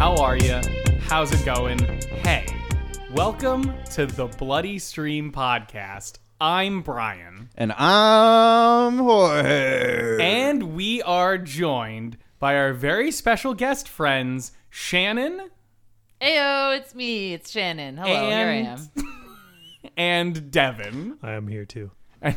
are you? How's it going? Hey, welcome to the Bloody Stream podcast. I'm Brian, And I'm Jorge. and we are joined by our very special guest friends, Shannon Ayo, it's me. It's Shannon. Hello, and here I am. and Devin. I am here too. And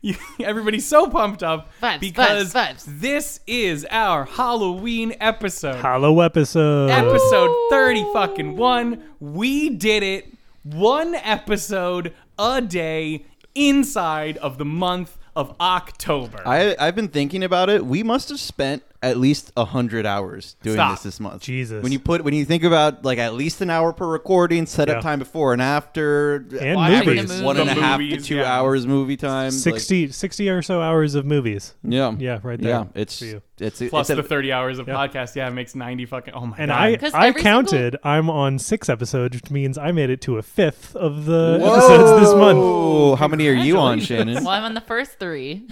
you- Everybody's so pumped up Vibes, because vibes, vibes. this is our Halloween episode. Hollow episode. episode 30 fucking one we did it one episode a day inside of the month of october I, I've been thinking about it. We must have spent at least a hundred hours doing Stop. this this month. Jesus. When you put when you think about like at least an hour per recording, setup Yeah. time before and after, And average movies. one and a The half movies, to two yeah. hours movie time, like- 60, 60 or so hours of movies. yeah, Yeah, right there yeah. It's for you. it's plus it's the 30 hours of podcast yeah it makes 90 fucking oh my And god I, 'Cause I every counted. I'm on six episodes, which means I made it to a fifth of the Whoa! episodes this month. How many are you on, Congratulations. Shannon? Well, I'm on the first three.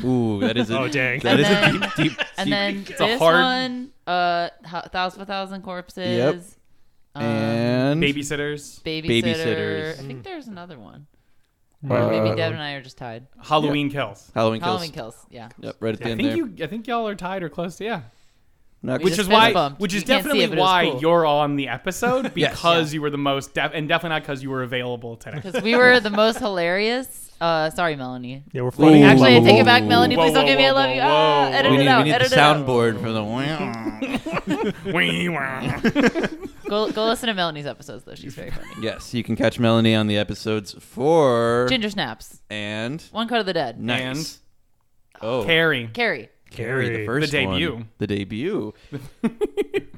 Ooh, that is a, Oh, dang. That And is then- a deep, deep, And deep- then a this hard- one, uh, Ho- Thousand for Thousand Corpses. Yep. um, and babysitters babysitter. Babysitters. I think there's another one. Uh, Maybe Deb and I are just tied. halloween kills Halloween kills. Halloween kills. Yeah. Yep, right at the i end think there. you i think y'all are tied or close to yeah Not- We which just is why fist bumped. which is You can't see definitely it, but it was why cool. you're on the episode Yes. because you were the most def- and definitely not because you were available today Because we were the most hilarious. Uh, sorry, Melanie. Yeah, we're funny. Ooh. Actually, I take it back, Ooh. Melanie. Whoa, Please don't whoa, give me a whoa, love you. whoa, Ah, whoa. edit we it need, out. we need the edit it out. soundboard for the. Wee, wah. Go, go listen to Melanie's episodes, though. She's very funny. yes, you can catch Melanie on the episodes for Ginger Snaps. and One Cut of the Dead. nice. oh, carrie Carrie. Carrie, the Carrie. first The one. debut. the debut.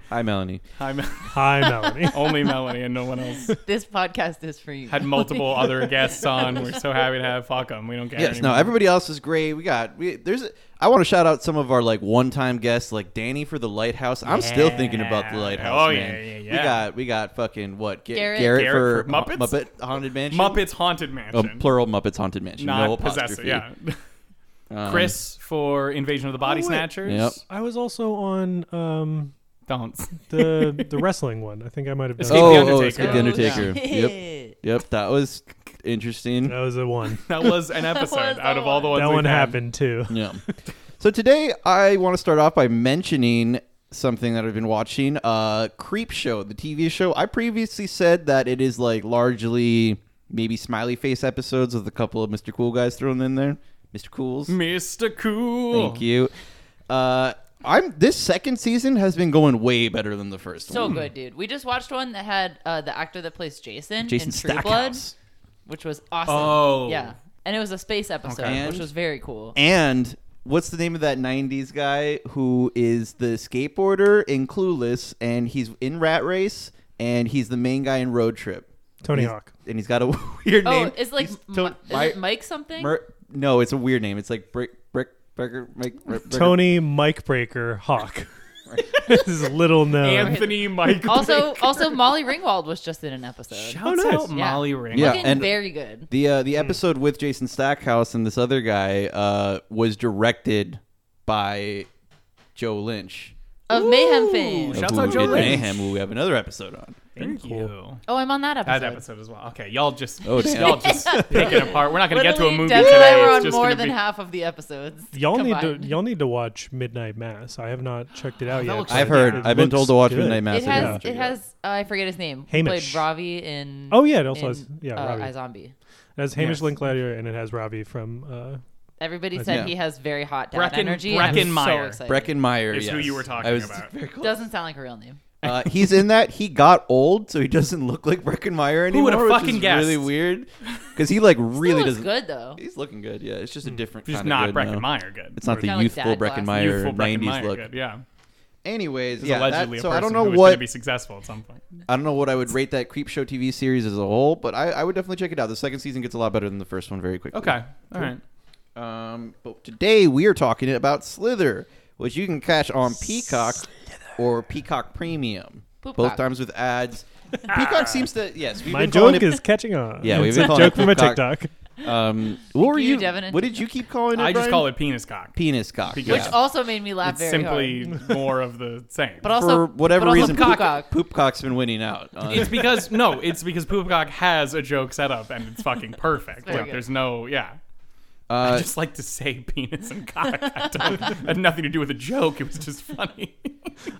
Hi, Melanie. i'm Hi, Melanie. only melanie and no one else This podcast is for you. had multiple other guests on. We're so happy to have fuck 'em. We don't care. Yes, no, anymore. everybody else is great. We got we, there's. A, I want to shout out some of our like one-time guests, like Danny for the Lighthouse. I'm still thinking about the Yeah. Lighthouse. Oh, yeah, man. yeah, yeah. We got we got fucking what Ga- Garrett. Garrett, Garrett for, for Muppets? Muppet Haunted Mansion. Muppets Haunted Oh, Mansion. plural Muppets Haunted Mansion. not no possessor. apostrophe. Yeah. Um, Chris for Invasion of the Body Oh, wait. Snatchers. Yep. I was also on um, Don't. the the wrestling one. I think I might have done. Escape oh, the oh, it's Undertaker. good, the Undertaker. Yep. Yep, that was interesting. That was the one. That was an episode was out the of all the ones. that we've one had. happened too. Yeah. so today I want to start off by mentioning something that I've been watching, uh Creep Show, the TV show. I previously said that it is like largely maybe smiley face episodes with a couple of Mr. Cool guys thrown in there. Mr. Cools. Mr. Cool. Thank you. Uh I'm this second season has been going way better than the first So Hmm. one. good, dude. We just watched one that had uh, the actor that plays Jason, Jason in True Stackhouse. Blood, which was awesome. Oh. Yeah. And it was a space episode, Okay. which was very cool. And what's the name of that 90s guy who is the skateboarder in Clueless and he's in Rat Race and he's the main guy in Road Trip? Tony He's- Hawk. And he's got a weird oh, name. it's like He's Mi- Ton- is Mi- it Mike something? Mer- no, it's a weird name. It's like Brick, Brick, Brecker, Mike, Brick, Brecker. Tony Mike Breaker Hawk. this is little known. Anthony Michael. also, also Molly Ringwald was just in an episode. Shouts Oh, nice. out Molly Ring. Yeah. Fucking and- very good. The uh, the episode with Jason Stackhouse and this other guy uh, was directed by Joe Lynch. Of Mayhem fame. Ooh. Shouts who out Joe did Lynch. Mayhem, who we have another episode on. Thank you. Oh, I'm on that episode. That episode as well. Okay, y'all just Oh, damn. y'all just pick it apart. We're not gonna get to a Literally, movie Deb and today. I were It's on just more gonna than be- half of the episodes. Y'all need to combined. y'all need to watch Midnight Mass. I have not checked it out Oh, that yet. looks but I've heard. it I've been looks told to watch good. Midnight Mass. It I haven't has. checked It has. Uh, I forget his name. Hamish. He played Ravi in. Oh, yeah, it also in, has- yeah, uh, Ravi. Zombie. It has Hamish Yes. Linklater and it has Robbie from. Uh, Everybody Yeah. said he has very hot dad Brecken- energy. and I'm so Breckenmeyer. excited. Breckenmeyer Is who yes. you were talking I was about. very close. doesn't sound like a real name. Uh, he's in that. He got old, so he doesn't look like Breckenmeyer anymore. would've which is fucking guessed? Really weird, because he like Really really looks doesn't. good though. He's looking good. Yeah, it's just a different. Just kind Hmm. not of good now. Breckenmeyer good. It's not the Kinda like youthful dad glasses. Breckenmeyer youthful '90s Breckenmeyer look. good. Yeah. Anyways, is yeah. that- allegedly so a I person don't know who was going what to be successful at some point. I don't know what I would rate that Creep Show TV series as a whole, but I, I would definitely check it out. The second season gets a lot better than the first one very quickly. Okay, all right. Um, but today we are talking about Slither, which you can catch on Peacock or Peacock Premium. Poopcock. Both times with ads. Peacock seems to yes. We've my been calling joke it- is catching on. Yeah, we've it's been a calling it joke from a Peacock. TikTok. Um, what were you, you, Devin. What did you keep calling it? I just Brian? call it penis cock. penis cock. Because- which yeah. also made me laugh it's very hard. simply more of the same. But also, for whatever but also reason, Poop poop, cock. cock's been winning out. on- it's because no, it's because Poopcock has a joke set up and it's fucking perfect. very Like good. there's no yeah. I uh, just like to say penis and cock. I don't- it had nothing to do with a joke. It was just funny.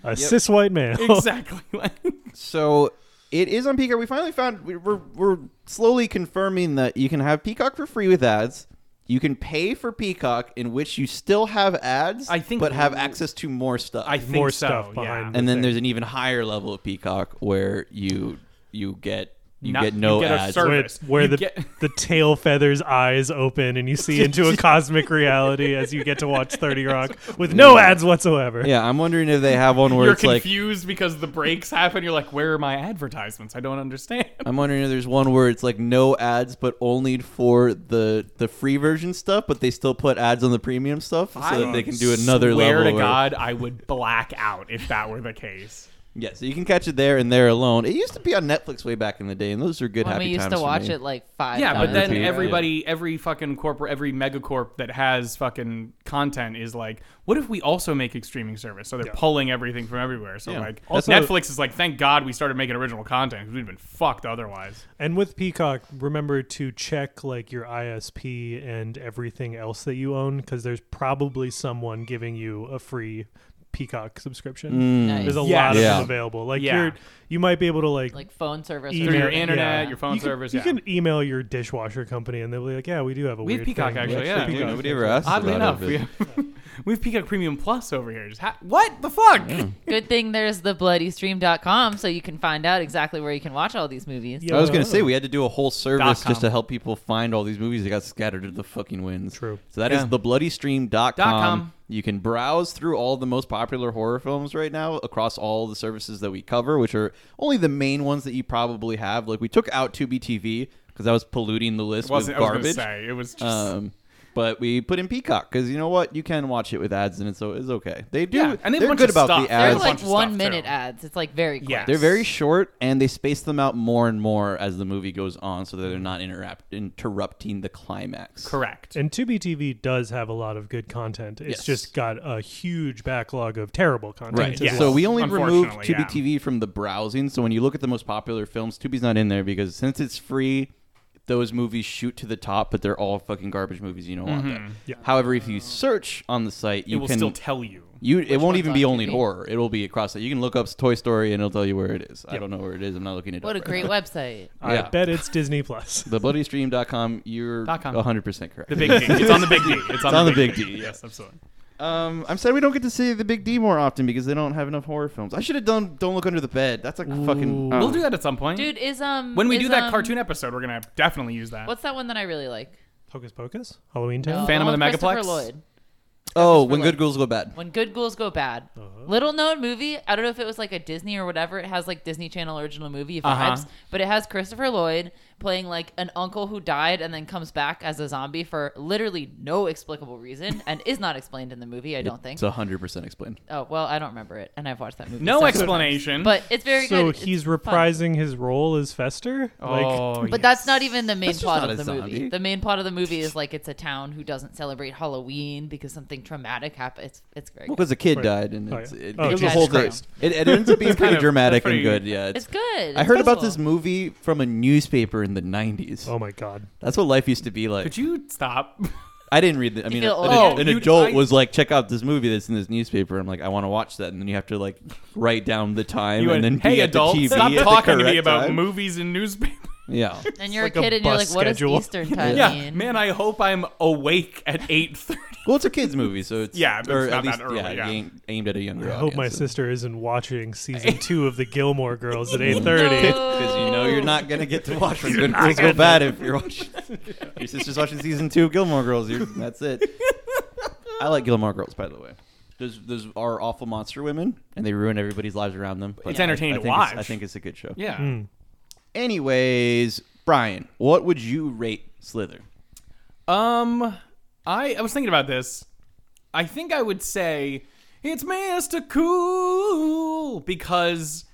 A cis white male. exactly. Like, so it is on Peacock. We finally found we- we're we're slowly confirming that you can have Peacock for free with ads. You can pay for Peacock, in which you still have ads, I think- but have access to more stuff. I think More so, stuff yeah. behind and then thing. there's an even higher level of Peacock where you you get you Not- get no you get a ads. service. where, where You the get- the tail feathers eyes open and you see into a cosmic reality as you get to watch 30 Rock with no ads whatsoever. yeah, I'm wondering if they have one where You're it's like confused because the breaks happen. You're like, where are my advertisements? I don't understand. I'm wondering if there's one where it's like no ads, but only for the the free version stuff, but they still put ads on the premium stuff so that they can do another swear level. to where- God, I would black out if that were the case. yeah. So you can catch it there and there alone. It used to be on Netflix way back in the day, and those are good When happy we used times to for watch me. it like five Yeah, but times. then Repeat, yeah. everybody, every fucking corporate, every megacorp that has fucking content is like, what if we also make a streaming service? So they're pulling everything from everywhere. So Yeah. like, Also- Netflix is like, thank God we started making original content because we'd been fucked otherwise. And with Peacock, remember to check like your ISP and everything else that you own because there's probably someone giving you a free Peacock Mm. subscription. Nice. There's a Yes. lot of Yeah. them available. Like Yeah. you're you might be able to like, like phone service. or Through Through your something. internet, yeah. your phone you can, service. you yeah. can email your dishwasher company and they'll be like, yeah, we do have a We have weird Peacock, thing. actually, Like, yeah. for Dude, Peacock. nobody ever asked. Oddly about enough, it, we but- have, we have Peacock Premium Plus over here. Just ha- what the fuck? Good thing there's the bloodystream.com so you can find out exactly where you can watch all these movies. Yeah. I was gonna Oh. say we had to do a whole service com. just to help people find all these movies that got scattered to the fucking winds. True. So that is Yeah. Dot thebloodystream.com. com. You can browse through all the most popular horror films right now across all the services that we cover, which are only the main ones that you probably have. Like we took out Tubi TV because I was polluting the list with Wasn't I was gonna garbage. say it was just Um, but we put in Peacock because you know what? You can watch it with ads and it's, o- it's okay. They do. Yeah, and they have a they're bunch good of about stuff. the They're They're There's ads. a like bunch of one stuff, minute too. ads. It's like very quick. Yeah. They're very short, and they space them out more and more as the movie goes on, so that they're not interrupt- interrupting the climax. correct. And Tubi TV does have a lot of good content. It's Yes. just got a huge backlog of terrible content. Right. as Yeah. So well. we only removed Tubi Unfortunately, yeah. TV from the browsing. So when you look at the most popular films, Tubi's not in there because since it's free, those movies shoot to the top, but they're all fucking garbage movies. You don't want them. Yeah. However, if you search on the site, Mm-hmm. you it will can still tell you. you it won't one's even on be only TV. horror. It will be across that. You can look up Toy Story and it'll tell you where it is. I Yep. don't know where it is. I'm not looking at it. What a up right now. great website. I yeah. bet it's Disney Plus. TheBloodyStream.com. You're Dot com. 100 percent correct. The big D. It's on the big D. It's on, on the big D, yeah. Yes, absolutely. Um, I'm sad we don't get to see the Big D more often because they don't have enough horror films. I should have done Don't Look Under the Bed. That's a fucking. uh. We'll do that at some point, Dude, is um When we is, do that um, cartoon episode, we're gonna definitely use that. What's that one that I really like? Hocus Pocus? Halloween No, Town? Phantom one of the with Christopher Megaplex? Lloyd. Oh, Christopher when Lloyd. good girls go bad. When Good Ghouls Go Bad. Uh-huh. Little known movie. I don't know if it was like a Disney or whatever. It has like Disney Channel original movie vibes, Uh-huh. but it has Christopher Lloyd playing like an uncle who died and then comes back as a zombie for literally no explicable reason and is not explained in the movie, I don't think. It's hundred percent explained. oh, well, I don't remember it and I've watched that movie. no several explanation. But it's very so good. It's he's fun. reprising his role as Fester? oh, But yes. that's not even the main That's just plot not of a the zombie. movie. The main plot of the movie is like it's a town who doesn't celebrate Halloween because something traumatic happened. It's it's very good. Because a kid Right. died, and Oh, it's, yeah. it Oh, becomes a Jesus whole thing. Christ. It, it ends up being It's kind pretty of- dramatic that's and pretty- good. Yeah, It's good. I heard about It's this cool. movie from a newspaper in the '90s. Oh my god. That's what life used to be like. Could you stop? I didn't read. The, I mean, feel an, old? an Oh, you- adult I- was like, "Check out this movie that's in this newspaper." I'm like, "I want to watch that," and then you have to like write down the time You and then went, hey, be at the adult, TV stop at the talking to me correct about time." movies and newspapers. Yeah. And you're like a a kid, and you're like, bus what does schedule." Eastern time yeah, mean? man, I hope I'm awake at eight thirty. Well, it's a kids' movie, so it's Yeah, but or it's at not that least early, yeah, yeah. aim- aimed at a younger. I hope my sister isn't watching season two of the Gilmore Girls at eight thirty. because you know you're not gonna get to watch when You're Good not Girls Go gonna- Bad if you're watching. Your sister's watching season two of Gilmore Girls. You're, that's it. I like Gilmore Girls, by the way. Those those are awful monster women, and they ruin everybody's lives around them. but It's entertaining I, I to think it's- I watch. think it's a good show. Yeah, Anyways, Brian, what would you rate Slither? Um, I I was thinking about this. I think I would say it's Mr. Cool Uh-huh. because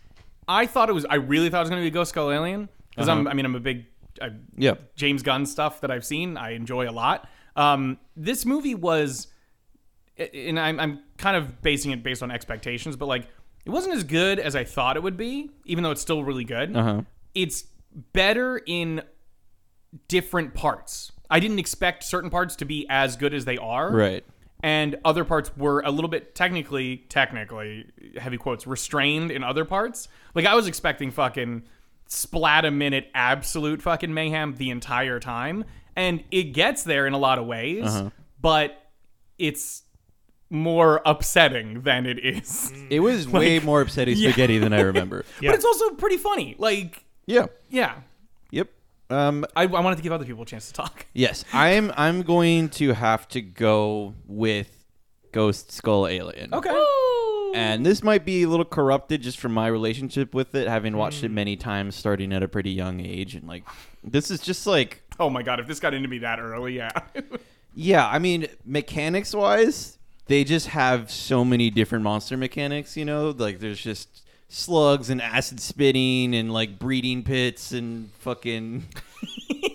I thought it was. I really thought it was going to be a Ghost Skull Alien because I'm. I mean, I'm a big I Yeah. James Gunn stuff that I've seen. I enjoy a lot. Um, this movie was, and I'm, I'm kind of basing it based on expectations, but like it wasn't as good as I thought it would be, even though it's still really good. Uh-huh. It's better in different parts. I didn't expect certain parts to be as good as they are Right. and other parts were a little bit technically technically heavy quotes restrained in other parts like i was expecting fucking splat a minute absolute fucking mayhem the entire time and it gets there in a lot of ways Uh-huh. but it's more upsetting than it is It was way more upsetting spaghetti than I remember. Yeah. but it's also pretty funny like yeah. yeah Yep. Um, I, I wanted to give other people a chance to talk yes, I'm. I'm going to have to go with Ghost Skull Alien. okay And this might be a little corrupted just from my relationship with it, having watched it many times, starting at a pretty young age, and like this is just like oh my god if this got into me that early yeah Yeah, I mean, mechanics wise, they just have so many different monster mechanics, you know? Like there's just slugs and acid spitting and like breeding pits and fucking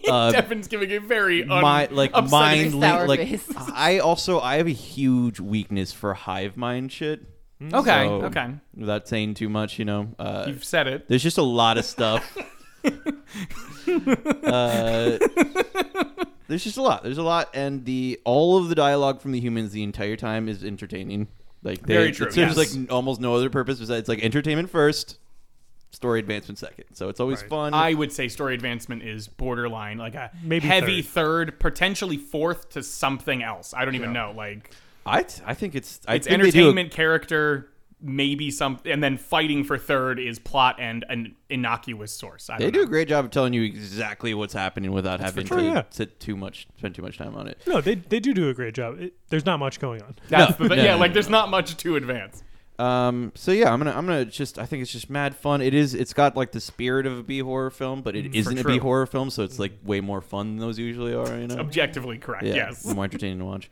uh, devin's giving a very un- my like mind Um, upsetting- link Sour like face. I also I have a huge weakness for hive mind shit. okay So, okay Without saying too much, you know. Uh, you've said it there's just a lot of stuff. uh, there's just a lot. There's a lot, and the all of the dialogue from the humans the entire time is entertaining. Like they, Very true, It serves yes. like almost no other purpose besides like entertainment first, story advancement second. So it's always Right. fun. I would say story advancement is borderline, like a Maybe heavy third. potentially fourth to something else. I don't even know. Like I, I think it's I it's think they do a- entertainment, character, maybe some, and then fighting for third is plot and an innocuous source. I They don't do a know. great job of telling you exactly what's happening without having sure. to Oh, yeah. sit too much, spend too much time on it. No, they they do do a great job. It, there's not much going on. That's No, the, no, yeah, no, like no, there's not much to advance. Um, so yeah, I'm gonna I'm gonna just I think it's just mad fun. It is it's got like the spirit of a B horror film, but it isn't a true. B horror film, so it's like way more fun than those usually are. You know, Objectively correct. yeah, Yes. more entertaining to watch.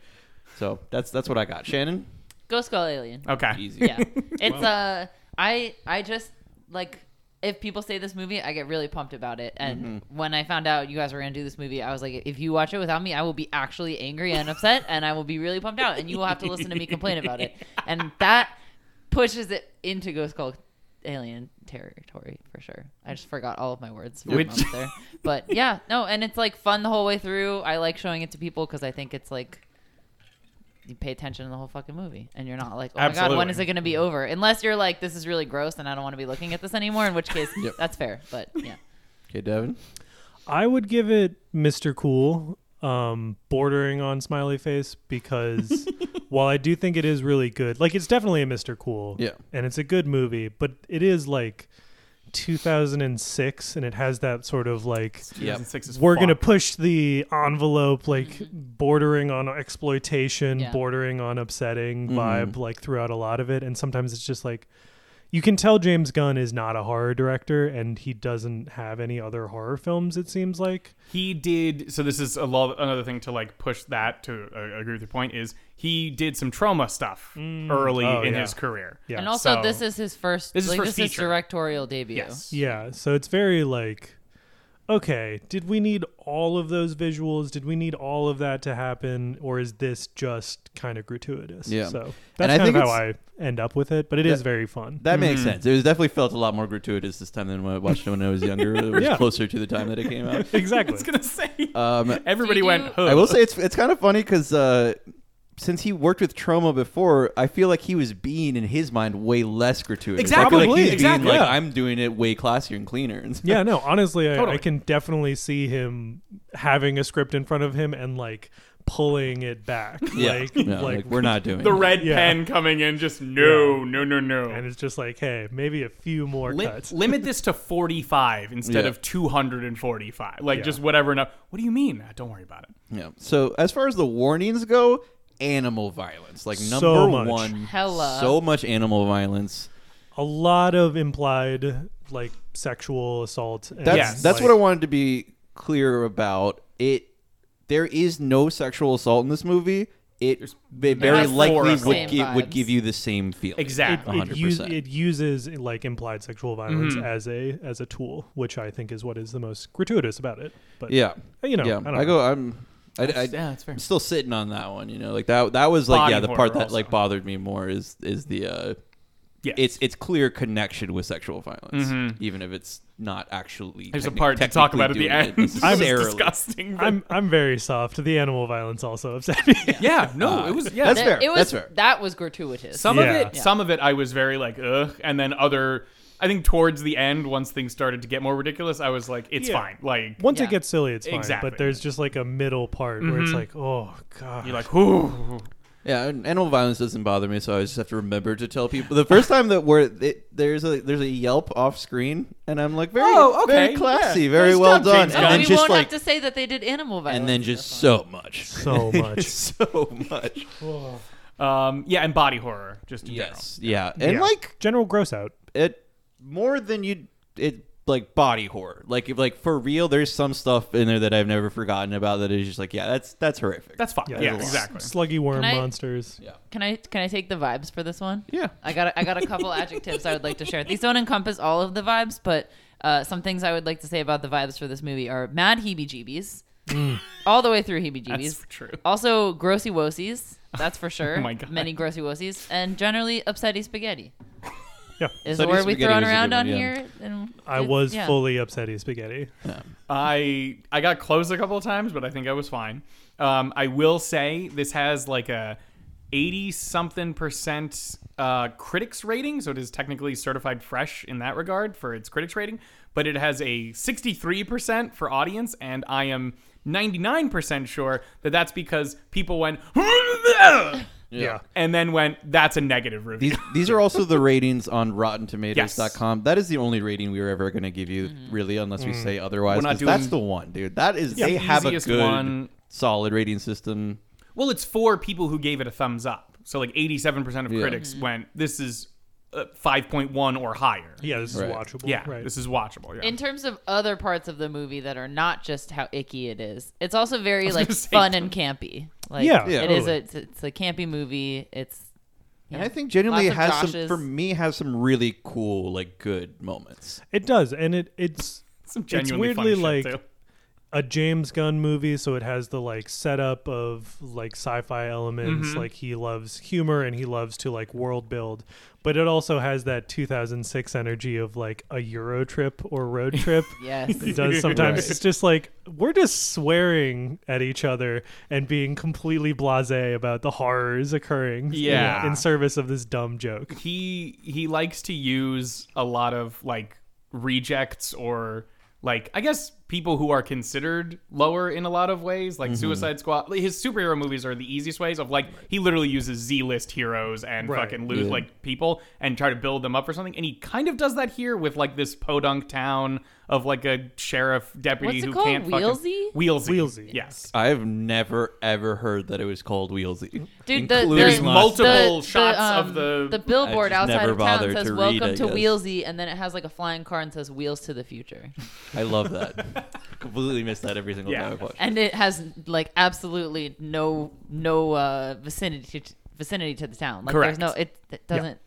So that's that's what I got. Shannon, Ghost Skull Alien. Okay. easy. Yeah, it's uh, I I just like if people say this movie, I get really pumped about it. And when I found out you guys were gonna do this movie, I was like, if you watch it without me, I will be actually angry and upset, and I will be really pumped out, and you will have to listen to me complain about it. And that pushes it into Ghost Skull Alien territory for sure. I just forgot all of my words for Which- a moment there, but yeah, no, and it's like fun the whole way through. I like showing it to people because I think it's like you pay attention to the whole fucking movie and you're not like oh my god when Absolutely. is it going to be over unless you're like this is really gross and i don't want to be looking at this anymore in which case that's fair but yeah Okay, Devin. I would give it Mr. Cool, um, bordering on smiley face because while I do think it is really good, like it's definitely a Mr. Cool, Yeah. and it's a good movie, but it is like 2006, and it has that sort of like 2006 is we're fucked. gonna push the envelope like bordering on exploitation Yeah. bordering on upsetting Mm-hmm. vibe like throughout a lot of it and sometimes it's just like you can tell james gunn is not a horror director and he doesn't have any other horror films it seems like He did. So this is a lo- another thing to like push that to uh, agree with your point is he did some trauma stuff early Oh, in yeah. his career. Yeah. and also So- this is his first This is like, first this is feature. directorial debut Yes. yeah so it's very like okay did we need all of those visuals did we need all of that to happen or is this just kind of gratuitous Yeah. so And that's I kind of think how i end up with it but it is very fun That makes sense. It was definitely felt a lot more gratuitous this time than when I watched it when I was younger. It was Yeah. closer to the time that it came out. I exactly was gonna say Um, everybody Do Uh, you- went. Huh. I will say it's it's kind of funny because uh, since he worked with Troma before, I feel like he was being in his mind way less gratuitous. I feel like Exactly, he's exactly. being like Yeah. I'm doing it way classier and cleaner. And stuff. Yeah, no, honestly, I, Totally. I can definitely see him having a script in front of him and like pulling it back. yeah, Like, No, like, we're not doing the that. red Yeah. pen coming in just no Yeah. no no no And it's just like, hey, maybe a few more Lim- cuts. limit this to 45 instead Yeah. of 245 like Yeah. just whatever no what do you mean "Ah, don't worry about it Yeah. So as far as the warnings go, animal violence, like number So much. one, Hella. so much animal violence. a lot of implied like sexual assault. And, That's Yes. that's like, what I wanted to be clear about. It there is no sexual assault in this movie. it, There's- they very has four likely of them. would give, Same would vibes. give you the same feeling. It, Exactly. it, use, 100%. it uses like implied sexual violence Mm-hmm. as a as a tool, which I think is what is the most gratuitous about it. But Yeah, you know, yeah. I don't I, go. I'm. I, I, yeah, that's fair. I'm still sitting on that one. You know, like that. That was like Body yeah, the horror part that also. like bothered me more is is the. uh Yeah. It's it's clear connection with sexual violence, even if it's not actually. Mm-hmm. There's a technic- part to talk technically about at the doing end. it It's necessarily. disgusting. but- I'm I'm very soft. The animal violence also upset me. yeah, no, it was yeah. that's That- fair. It was, That's fair. That was gratuitous. Some Yeah. of it, some of it, I was very like, ugh, and then other. I think towards the end, once things started to get more ridiculous, I was like, it's Yeah. fine. Like Once Yeah. it gets silly, it's fine. Exactly. Mm-hmm. But there's just like a middle part where it's like, oh god, you're like, whoo. Yeah, and animal violence doesn't bother me, so I just have to remember to tell people. The first time that we're it, there's a there's a Yelp off screen, and I'm like, very, Oh, okay, very classy, yeah. very Nice well job, done, James and Gunn. oh, then we just won't like, have to say that they did animal violence. and then just so much, so much. so much. Um, yeah, and body horror, just in Yes, yeah, and Yeah. like general gross out. it more than you it like body horror. Like if, like for real, there's some stuff in there that I've never forgotten about that is just like yeah, that's that's horrific. general. That's fine. Yeah, there's a lot. exactly. Sluggy worm Can I- monsters. yeah. Can I can I take the vibes for this one? Yeah. I got a, I got a couple adjectives I would like to share. These don't encompass all of the vibes, but uh, some things I would like to say about the vibes for this movie are mad heebie-jeebies, all the way through heebie-jeebies. That's true. Also grossy wosies, that's for sure. Oh my God. Many grossy wosies, and generally upsetty spaghetti. Yeah. Is Upsetty the word we spaghetti thrown was a around good one, on yeah. here? And I it's- was yeah. fully upsetty spaghetti. I I got close a couple of times, but I think I was fine. Um, I will say this has like a eighty something percent uh, critics rating, so it is technically certified fresh in that regard for its critics rating. But it has a sixty three percent for audience, and I am ninety nine percent sure that that's because people went Yeah. and then went that's a negative review. These, these are also the ratings on RottenTomatoes.com. That is the only rating we are ever going to give you, Mm-hmm. really, unless we say otherwise. Mm. We're not 'cause that's doing- the one, dude. That is they the have a easiest good, one. solid rating system. Well, it's for people who gave it a thumbs up. So like 87% of critics went this is uh, 5.1 or higher. Yeah, this Right. is watchable. Yeah, right. this is watchable. Yeah. In terms of other parts of the movie that are not just how icky it is, it's also very like gonna say- fun and campy. Like, Yeah, Yeah, it is. totally. A, it's, it's a campy movie. It's And I think genuinely it Lots of has some, Joshes. for me, has some really cool, like, good moments. it does, and it it's Some it's genuinely weirdly funny like shit, too. a James Gunn movie, so it has the like setup of like sci-fi elements. Mm-hmm. Like he loves humor and he loves to like world build, but it also has that 2006 energy of like a Euro trip or road trip. yes. It does sometimes. It's just like we're just swearing at each other and being completely blasé about the horrors occurring. you know, Yeah. in service of this dumb joke. he he likes to use a lot of like rejects or like I guess people who are considered lower in a lot of ways, like Suicide Squad. like, His superhero movies are the easiest ways of like he literally uses Z list heroes and Right. fucking lose like people and try to build them up for something. And he kind of does that here with like this podunk town of like a sheriff deputy What's it who called? can't fucking Wheelsy? Wheelsy. Wheelsy. Yes. I've never ever heard that it was called Wheelsy. Dude, the, Including There's the- last- multiple the- shots um, of the- the billboard I just outside never of town bothered says to read, "Welcome I to guess. Wheelsy," and then it has like a flying car and says "Wheels to the Future," I love that. Completely missed that every single Yeah. time I've watched. and it has like absolutely no no uh, vicinity to, vicinity to the town. Like Correct. there's no it, it doesn't.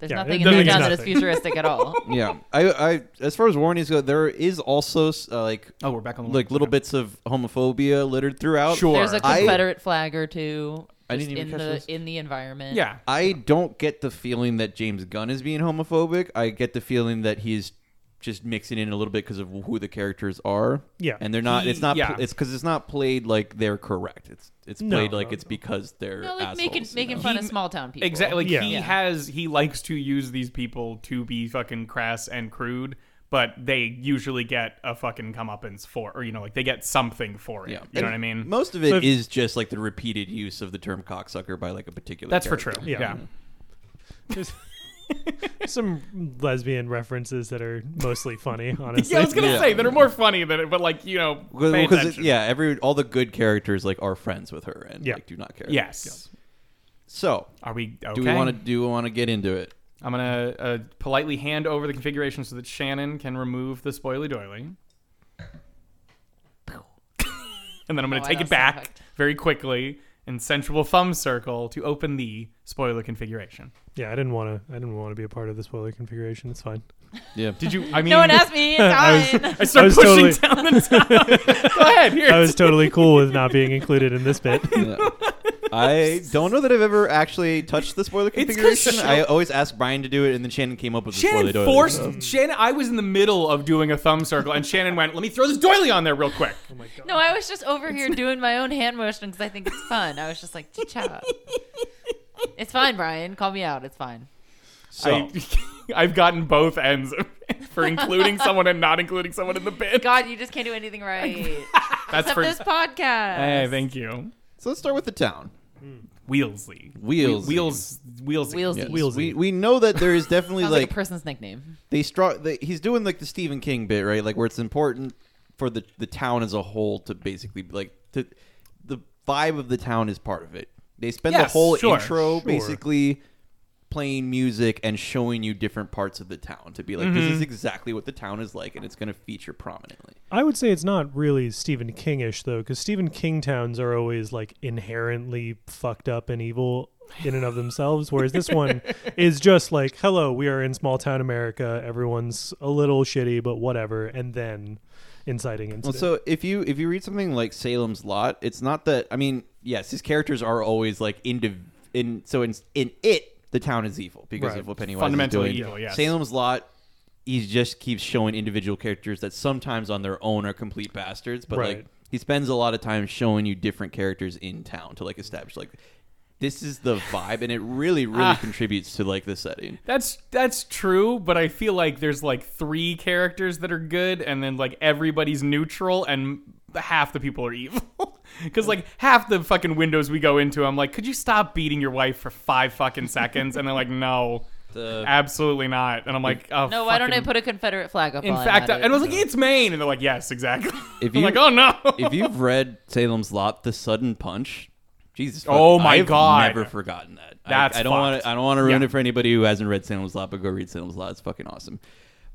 There's Yeah, nothing it in that doesn't town mean that is nothing. futuristic at all. yeah, I, I, as far as warnings go, there is also uh, like, Oh, we're back on the like little bits of homophobia littered throughout. Sure. There's a I- Confederate flag or two. I just didn't even in catch the this. in the environment. Yeah. I don't get the feeling that James Gunn is being homophobic. I get the feeling that he's just mixing in a little bit because of who the characters are. Yeah. and they're not. He- it's not. yeah. It's because it's not played like they're correct. It's it's No, played like no, it's because they're No, like assholes, making you making know? fun He- of small town people. Exactly. Like Yeah. he Yeah. has he likes to use these people to be fucking crass and crude, but they usually get a fucking comeuppance for or you know, like they get something for it. Yeah. You know what I mean? Most of it is So if- just like the repeated use of the term cocksucker by like a particular. That's for true. character. Yeah. Yeah. There's some lesbian references that are mostly funny, honestly. Yeah, I was gonna Yeah. say that are more funny than it, but like you know, Well, pay 'cause it- attention. yeah, every all the good characters like are friends with her and Yeah. like do not care. Yes. So Are we? Okay. do we want to do we want to get into it? I'm gonna uh, politely hand over the configuration so that Shannon can remove the spoily doily, and then I'm gonna Oh, I take know, it back Oh, sound effect. very quickly and sensual thumb circle to open the spoiler configuration. Yeah, I didn't want to. I didn't want to be a part of the spoiler configuration. It's fine. Yeah. Did you? I mean, No one asked me. It's I mine. I started I was pushing down the top. Go ahead. Here. I was totally cool with not being included in this bit. Yeah. I don't know that I've ever actually touched the spoiler 'cause configuration. Shan- I always ask Brian to do it, and then Shannon came up with the Shannon spoiler. doily. forced So- Um, Shannon. I was in the middle of doing a thumb circle, and Shannon went, "Let me throw this doily on there real quick." No, I was just over here doing my own hand motion because I think it's fun. I was just like, cha. it's fine, Brian. Call me out. It's fine. So, I, have gotten both ends of it, for including someone and not including someone in the bit. God, you just can't do anything right. That's Except for. this podcast. Hey, thank you. so let's start with the town. Wheelsley. Wheels. Wheels. Wheels. Wheels. Yes. Wheels. We, we know that there is definitely Sounds like, like a person's nickname. they straw they, he's doing like the Stephen King bit, right? Like where it's important for the the town as a whole to basically like to the vibe of the town is part of it. They spend the Yes, whole sure, intro sure. basically playing music and showing you different parts of the town to be like this Mm-hmm. is exactly what the town is like and it's going to feature prominently. I would say it's not really Stephen Kingish though, because Stephen King towns are always like inherently fucked up and evil in and of themselves, whereas this one is just like, "Hello, we are in small town America. Everyone's a little shitty, but whatever." And then inciting Well, incident. so if you if you read something like Salem's Lot, it's not that I mean, yes, his characters are always like indiv- in so in in it the town is evil because Right. of what Pennywise Fundamentally is doing. evil, yes. Salem's Lot, he just keeps showing individual characters that sometimes on their own are complete bastards, but like Right. he spends a lot of time showing you different characters in town to like establish like this is the vibe, and it really really Ah. contributes to like the setting. That's that's true, but I feel like there's like three characters that are good, and then like everybody's neutral, and half the people are evil. Because like half the fucking windows we go into, I'm like, could you stop beating your wife for five fucking seconds? And they're like, no, The- absolutely not. And I'm like, oh, No, why don't I fucking- put a Confederate flag up? In while I'm fact, I, at and I it? was like, it's Maine, and they're like, yes, exactly. If I'm you- like, oh no, if you've read Salem's Lot, The Sudden Punch, Jesus, fuck, Oh my I've God. never forgotten that. I- That's I, don't want fucked. to. I don't want to ruin Yeah. it for anybody who hasn't read Salem's Lot, but go read Salem's Lot. It's fucking awesome.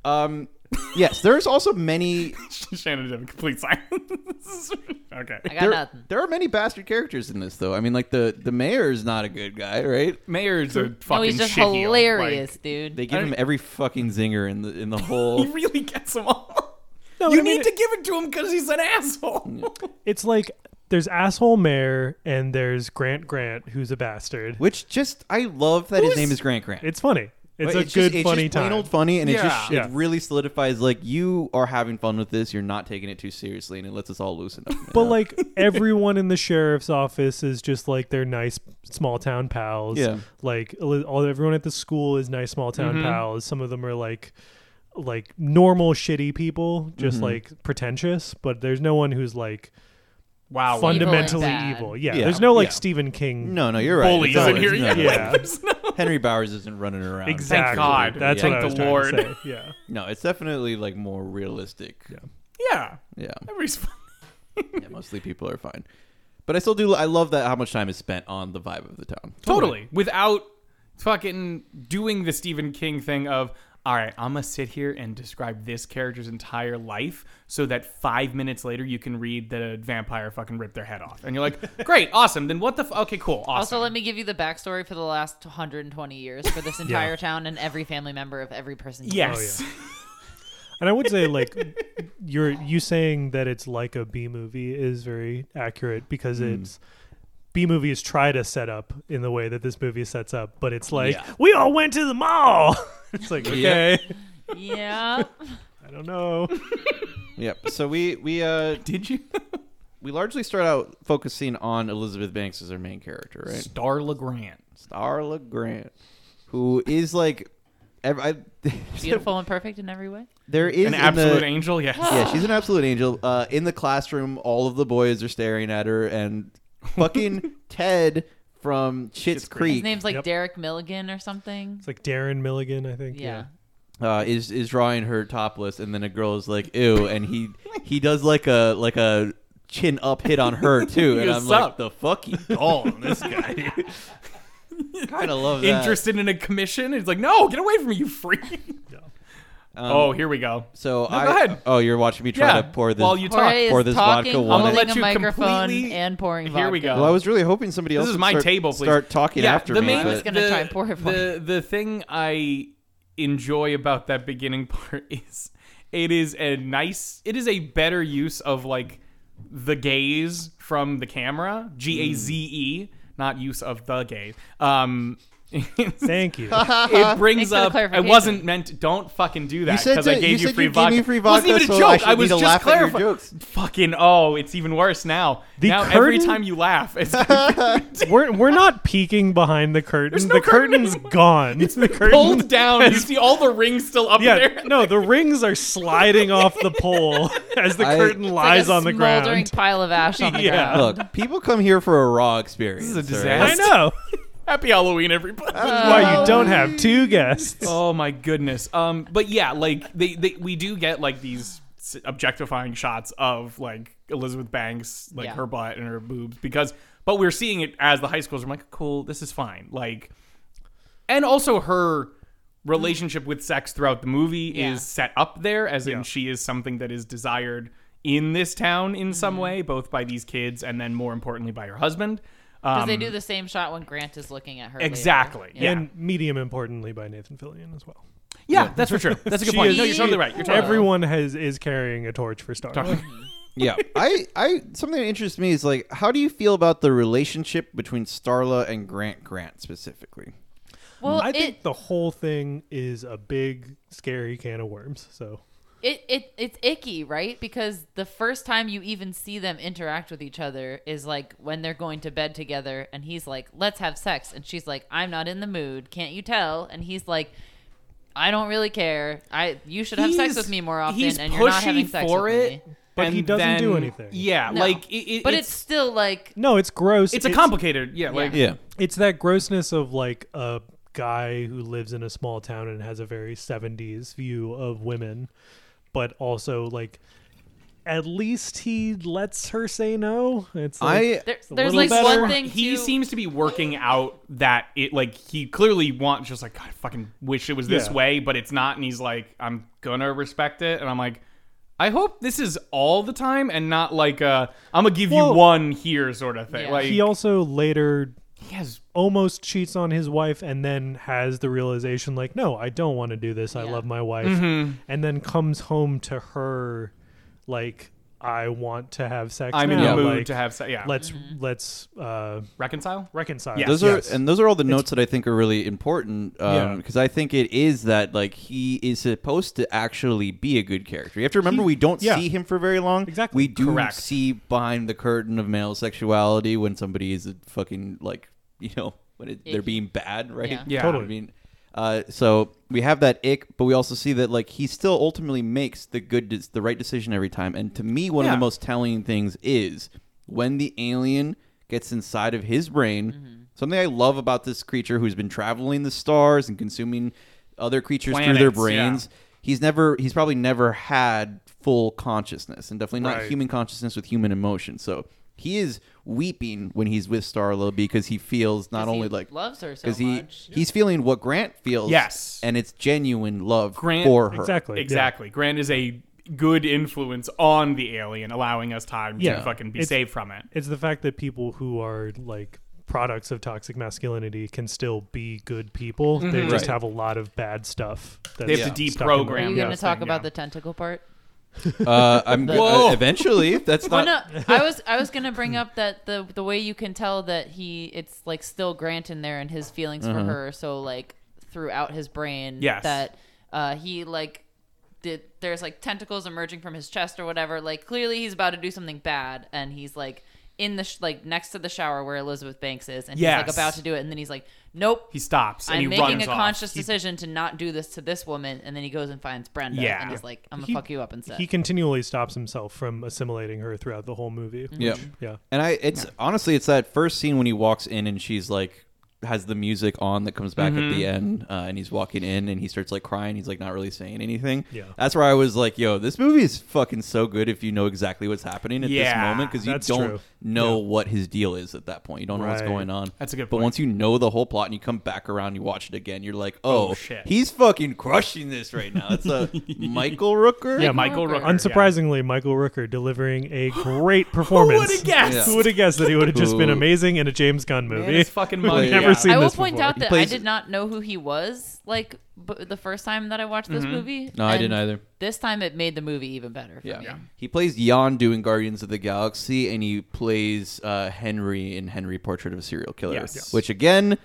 Um, yes, there's also many. Shannon did a complete silence. okay, I got There, nothing. there are many bastard characters in this, though. I mean, like the the mayor is not a good guy, right? Mayor's a fucking No, he's just shit heel, like- hilarious, dude. They give him every fucking zinger in the in the He whole. really gets them all. No, you I mean need to give it to him because he's an asshole. it's like there's asshole mayor and there's Grant Grant, who's a bastard. Which just I love that Who's- his name is Grant Grant. It's funny. It's But a just, good it's funny just plain time. old funny, and it just Yeah. it Yeah. really solidifies like you are having fun with this. You're not taking it too seriously, and it lets us all loosen up. you But know? like everyone in the sheriff's office is just like their nice small town pals. Yeah. Like all all- everyone at the school is nice small Mm-hmm. town pals. Some of them are like like normal shitty people, Mm-hmm. just like pretentious, but there's no one who's like Wow. Fun- fundamentally Evil and bad. evil. Yeah, Yeah. There's no like Yeah. Stephen King. no, no, you're right. Bullies It's in always- here. no, Yeah. no. Yeah. there's no- Henry Bowers isn't running around. Exactly. God. That's Yeah. what I Thank was the trying Lord. to say. Yeah. No, it's definitely like more realistic. Yeah, yeah. yeah. Everybody's fun. mostly people are fine, but I still do. I love that how much time is spent on the vibe of the town. Totally. Without fucking doing the Stephen King thing of, all right, I'm going to sit here and describe this character's entire life so that five minutes later you can read that a vampire fucking ripped their head off. And you're like, great, awesome. Then what the f- Okay, cool. Awesome. Also, let me give you the backstory for the last 120 years for this entire town and every family member of every person. here. yes. And I would say like you're you saying that it's like a B movie is very accurate because Hmm. it's B movies try to set up in the way that this movie sets up, but it's like Yeah. we all went to the mall. it's like okay, Yeah. I don't know. Yep. So we we uh Did you? we largely start out focusing on Elizabeth Banks as our main character, right? Star LeGrand. Starla Grant, who is like, ev- I, Beautiful and perfect in every way. There is An in absolute the, angel? Yes. Yeah, she's an absolute angel. Uh, in the classroom, all of the boys are staring at her, and fucking Ted from Schitt's His Creek name's like Yep. Derek Milligan or something. It's like Darren Milligan, I think. Yeah. uh, is is drawing her topless, and then a girl is like, "Ew," and he he does like a like a chin up hit on her too, and You I'm suck. like, "The fuck you calling this guy?" kind of love that. Interested in a commission? It's like, no, get away from me, you freak. Yeah. Um, oh, here we go. so No, I. go ahead. Oh, you're watching me try Yeah, to pour this. while you talk. Jorge pour is this talking, vodka one I'm holding gonna let a you microphone completely- and pouring vodka. Here we go. well, I was really hoping somebody else This is would my start, table, please. start talking yeah, after the me. Main, I was but- gonna try and pour it for the, the thing I enjoy about that beginning part is it is a nice, it is a better use of like the gaze from the camera, G A Z Mm. E, not use of the gaze. Um, Thank you. it brings Thanks for the up. I clarification. wasn't meant. Don't fucking do that said because I to- gave Uh-huh. you you, said free you gave vodka. me free Wasn't vodka, even a so I joke. should I, was need to just laugh at your clarifying. jokes. Fucking oh, it's even worse now. The now every curtain- time you laugh, it's it's we're we're not peeking behind the curtain. no the curtain curtain's gone. the pulled curtain. down. You see all the rings still up Yeah, there. no, the rings are sliding off the pole as the I- curtain It's like lies a on the smoldering ground. pile of ash on the Yeah. ground. Look, people come here for a raw experience. This is a all disaster. right? I know. Happy Halloween, everybody. Why Oh. you don't have two guests. oh my goodness. Um, but yeah, like they, they we do get like these s- objectifying shots of like Elizabeth Banks, like Yeah. her butt and her boobs, because but we're seeing it as the high schoolers. I'm like, cool, this is fine. Like, and also her relationship with sex throughout the movie Yeah. is set up there, as in she is something that is desired in this town in some way, both by these kids and then more importantly by her husband. Because Um, they do the same shot when Grant is looking at her. later. Exactly, yeah. And medium importantly by Nathan Fillion as well. yeah, that's for sure. That's a good She point. is- no, you're totally right. You're totally right. Everyone has is carrying a torch for Star Wars. yeah i i something that interests me is like how do you feel about the relationship between starla and grant grant specifically Well, I it, think the whole thing is a big scary can of worms. So it it it's icky, right? Because the first time you even see them interact with each other is like when they're going to bed together, and he's like, "Let's have sex," and she's like, "I'm not in the mood. Can't you tell?" And he's like. I don't really care. I you should have sex He's- with me more often, he's and you're not pushy having sex for with it, me. But he and doesn't do then- anything. Yeah, No. like it, it- but it's, it's still like no, it's gross. it's, a complicated. Yeah, like Yeah. It's that grossness of like a guy who lives in a small town and has a very 70s view of women, but also like at least he lets her say no. It's like, i there, a there's little like better. one thing he too- seems to be working out that it like he clearly wants just like God, I fucking wish it was this Yeah. way, but it's not, and he's like, I'm gonna respect it, and I'm like. I hope this is all the time and not like i am I'm gonna give Well- you one here sort of thing. Yeah. Like he also later he has almost cheats on his wife and then has the realization like no i don't want to do this i Yeah. love my wife Mm-hmm. and then comes home to her like i want to have sex I'm in now. the mood like, to have sex. Yeah, let's let's uh reconcile. reconcile Yeah. those Yes. are and those are all the notes that i think are really important Yeah. because i think it is that like he is supposed to actually be a good character you have to remember we don't yeah. see him for very long Exactly. we do Correct. see behind the curtain of male sexuality when somebody is a fucking like you know when it, they're Icky. being bad right Yeah. Yeah. Totally. I mean, uh, so we have that ick, but we also see that like he still ultimately makes the good, de- the right decision every time. And to me, one of Yeah. the most telling things is when the alien gets inside of his brain. Something I love about this creature who's been traveling the stars and consuming other creatures through their Planets, yeah. brains. He's never, he's probably never had full consciousness, and definitely not Right. human consciousness with human emotion. So. He is weeping when he's with Starla because he feels not 'cause he only like loves her so because he much. he's feeling what Grant feels. Yes. and it's genuine love Grant- for her. exactly yeah. Exactly. Grant is a good influence on the alien, allowing us time Yeah. to fucking be It's- saved from it. it's the fact that people who are like products of toxic masculinity can still be good people they just Right. have a lot of bad stuff that's Mm-hmm. They have to stuck in them. deprogram Are you Yeah, going to thing, talk yeah. about the tentacle part? Uh, I'm Whoa. uh, eventually. That's Well, not. no, I was I was gonna bring up that the the way you can tell that he it's like still Grant in there and his feelings for her so like throughout his brain Mm-hmm. Yes. that uh, he like did there's like tentacles emerging from his chest or whatever like clearly he's about to do something bad and he's like in the sh- like next to the shower where Elizabeth Banks is and he's like Yes. about to do it and then he's like nope He stops and I'm he making runs a off. conscious He- decision to not do this to this woman and then he goes and finds Brenda Yeah. and is like I'm gonna He- fuck you up instead he continually stops himself from assimilating her throughout the whole movie Yeah, yeah and I. It's honestly, it's that first scene when he walks in and she's like has the music on that comes back at Mm-hmm. the end, uh, and he's walking in and he starts like crying. He's like not really saying anything. Yeah. that's where I was like, "Yo, this movie is fucking so good if you know exactly what's happening at this Yeah, moment because you that's don't true. know what his deal is at that point. You don't know what's Right. going on. That's a good But point. once you know the whole plot and you come back around, and you watch it again, you're like, "Oh, Oh, shit. he's fucking crushing this right now." It's a Michael Rooker. Yeah, Michael Rooker. Rooker. Unsurprisingly, Michael Rooker delivering a great performance. would've guessed? Yeah. Who would have guessed that he would have just been Who- amazing in a James Gunn Yeah. movie? Man, it's fucking money. Never yeah. seen I will this point before. out He that plays- I did not know who he was like b- the first time that I watched this movie. Mm-hmm. No, I and didn't either. This time it made the movie even better. For Yeah. me. He plays Yondu in Guardians of the Galaxy, and he plays uh, Henry in Henry Portrait of a Serial Killer. Yes. Yes. Which, again,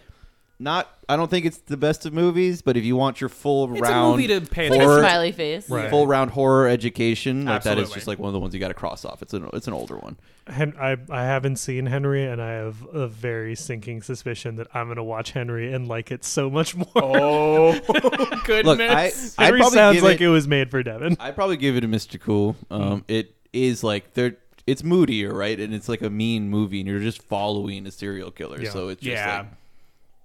not I don't think it's the best of movies, but if you want your full It's a round movie to pay It's like Or- a smiley face. Right. full round horror education, like that is Absolutely. just like one of the ones you got to cross off. It's an it's an older one. Hen- I, I haven't seen Henry, and I have a very sinking suspicion that I'm going to watch Henry and like it so much more. Oh goodness! Look, I I Henry probably sounds give like it, it was made for Devin. I probably give it a Mr. Cool. Hmm. Um, it is like they're. It's moodier, right? And it's like a mean movie, and you're just following a serial killer. Yeah. So it's just yeah, like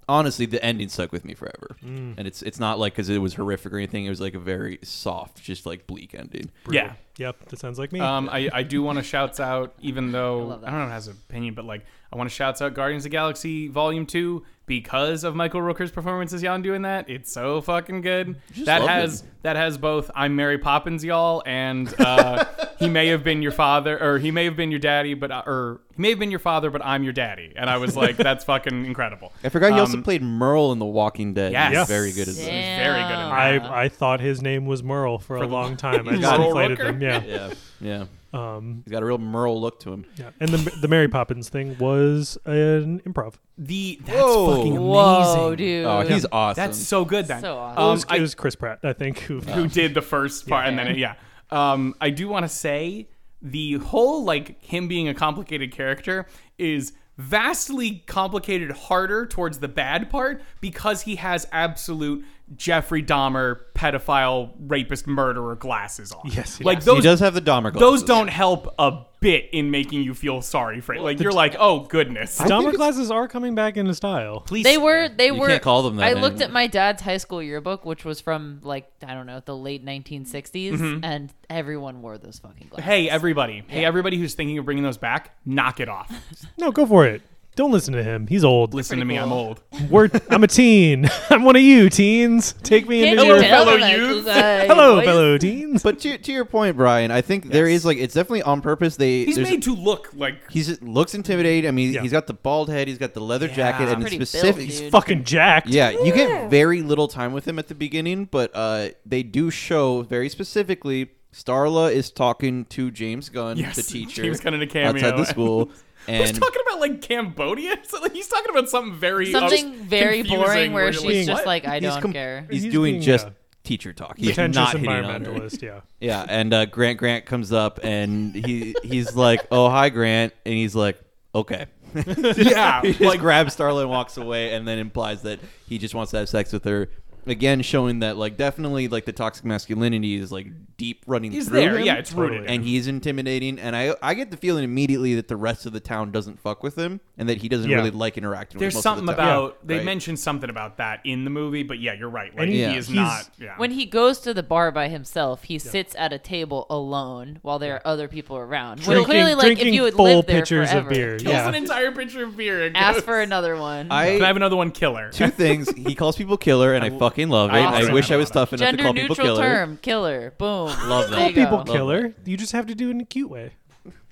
honestly, the ending stuck with me forever. Hmm. And it's it's not like because it was horrific or anything. It was like a very soft, just like bleak ending. yeah. Yep, that sounds like me. Um, I, I do want to shouts out, even though I, love that. don't know if it has an opinion, but like I want to shouts out Guardians of the Galaxy Volume Two because of Michael Rooker's performance as Yondu in that. It's so fucking good. just That love has that has both I'm Mary Poppins, y'all, and uh, he may have been your father, or he may have been your daddy, but I- or he may have been your father, but I'm your daddy. And I was like, that's fucking incredible. I forgot he also Um, played Merle in The Walking Dead. Yes. He's Yeah. very good at that. He's very good at Damn. I, I thought his name was Merle for, a long time. I just Merle conflated Rooker? them. Yeah. Yeah, yeah. Um, He's got a real Merle look to him. yeah. And the, the Mary Poppins thing was an improv. The that's Whoa. fucking amazing. Whoa, dude. Oh, he's awesome. That's so good. Then So Um, awesome. it, was, I- it was Chris Pratt, I think, who who did the first part and then it, Oh. yeah um i do want to say the whole like him being a complicated character is vastly complicated harder towards the bad part because he has absolute jeffrey dahmer pedophile rapist murderer glasses on Yes, he like does. those he does have the Dahmer glasses. those don't help a bit in making you feel sorry for it like you're like oh goodness Dahmer it's- glasses are coming back into style. please They were. They You were. can't call them that I looked anymore. at my dad's high school yearbook, which was from like I don't know the late 1960s, Mm-hmm. and everyone wore those fucking glasses. hey everybody hey everybody who's thinking of bringing those back knock it off No, go for it. Don't listen to him. He's old. listen to me i'm old We're, I'm a teen. I'm one of you teens. Take me Can't into you your tell fellow that youth. it's, uh, hello, voice? fellow teens. But to, to your point, Brian, I think there is like it's definitely on purpose. They he's there's- made to look like he just looks intimidating. I mean, Yeah. he's got the bald head, he's got the leather jacket, and Pretty it's built, specific. he's dude. Fucking jacked. Yeah, you get very little time with him at the beginning, but uh, they do show very specifically. Starla is talking to James Gunn, Yes, the teacher, James Gunn in a cameo. outside the school, He's and talking about like Cambodia. So, like, he's talking about something very Something obs- very confusing boring where you're she's like, just "What?" like, I he's don't com- care. He's, He's doing being, just uh, teacher talk. He's Pretentious not hitting on her. environmentalist. Yeah. Yeah, and uh, Grant Grant comes up and he he's like, "Oh hi, Grant," and he's like, "Okay." yeah, he just like grabs Starla and walks away, and then implies that he just wants to have sex with her. Again, showing that like definitely like the toxic masculinity is like deep running he's through there. him. Yeah, it's rooted. Totally. in. and he's intimidating. And I I get the feeling immediately that the rest of the town doesn't fuck with him, and that he doesn't Yeah. really like interacting. There's with most something of the town. about they Right. mentioned something about that in the movie, but yeah, you're right. Like And he he- is he's- not. Yeah. When he goes to the bar by himself, he sits at a table alone while there are other people around. Well, Drinking, clearly, like drinking if you had full lived there pitchers forever, of beer. Kills an Yeah. entire pitcher of beer. and ask goes, for another one. Can I I have another one killer. two things. He calls people killer, and I, fucking love it. I also I, wish love I was it. tough enough to Gender call people neutral killer. term, killer. Boom. Love There that. you go. People Love killer. You just have to do it in a cute way.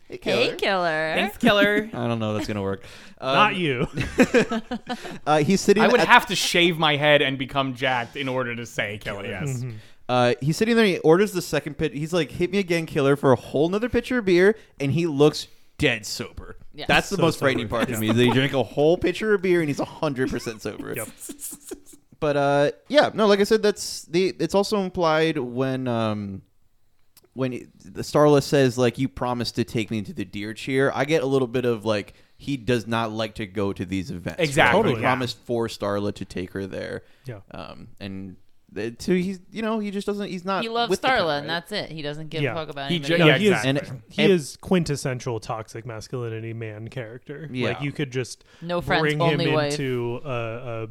Hey, Hey, killer. Thanks, killer. I don't know. if That's gonna work. Um, Not you. Uh, he's sitting. I would at- have to shave my head and become jacked in order to say killer. Yes. Mm-hmm. Uh, he's sitting there. And he orders the second pitch. He's like, "Hit me again, killer," for a whole nother pitcher of beer, and he looks dead sober. Yeah. That's the So most sober. frightening part to me. Is that he drank a whole pitcher of beer and he's hundred percent sober. Yep. But uh, yeah, no, like I said, that's the. It's also implied when um, when it- the Starla says like, "You promised to take me to the deer cheer." I get a little bit of like. He does not like to go to these events. Exactly, He yeah. promised for Starla to take her there. Yeah. Um, and uh, to he's you know he just doesn't he's not He loves with the Starla, crowd, right? and that's it. He doesn't give Yeah. a fuck about He anybody. ju- No, Yeah, he is exactly. And- he and- is quintessential toxic masculinity man character. Yeah. Like you could just No friends, bring only him wife. into a, a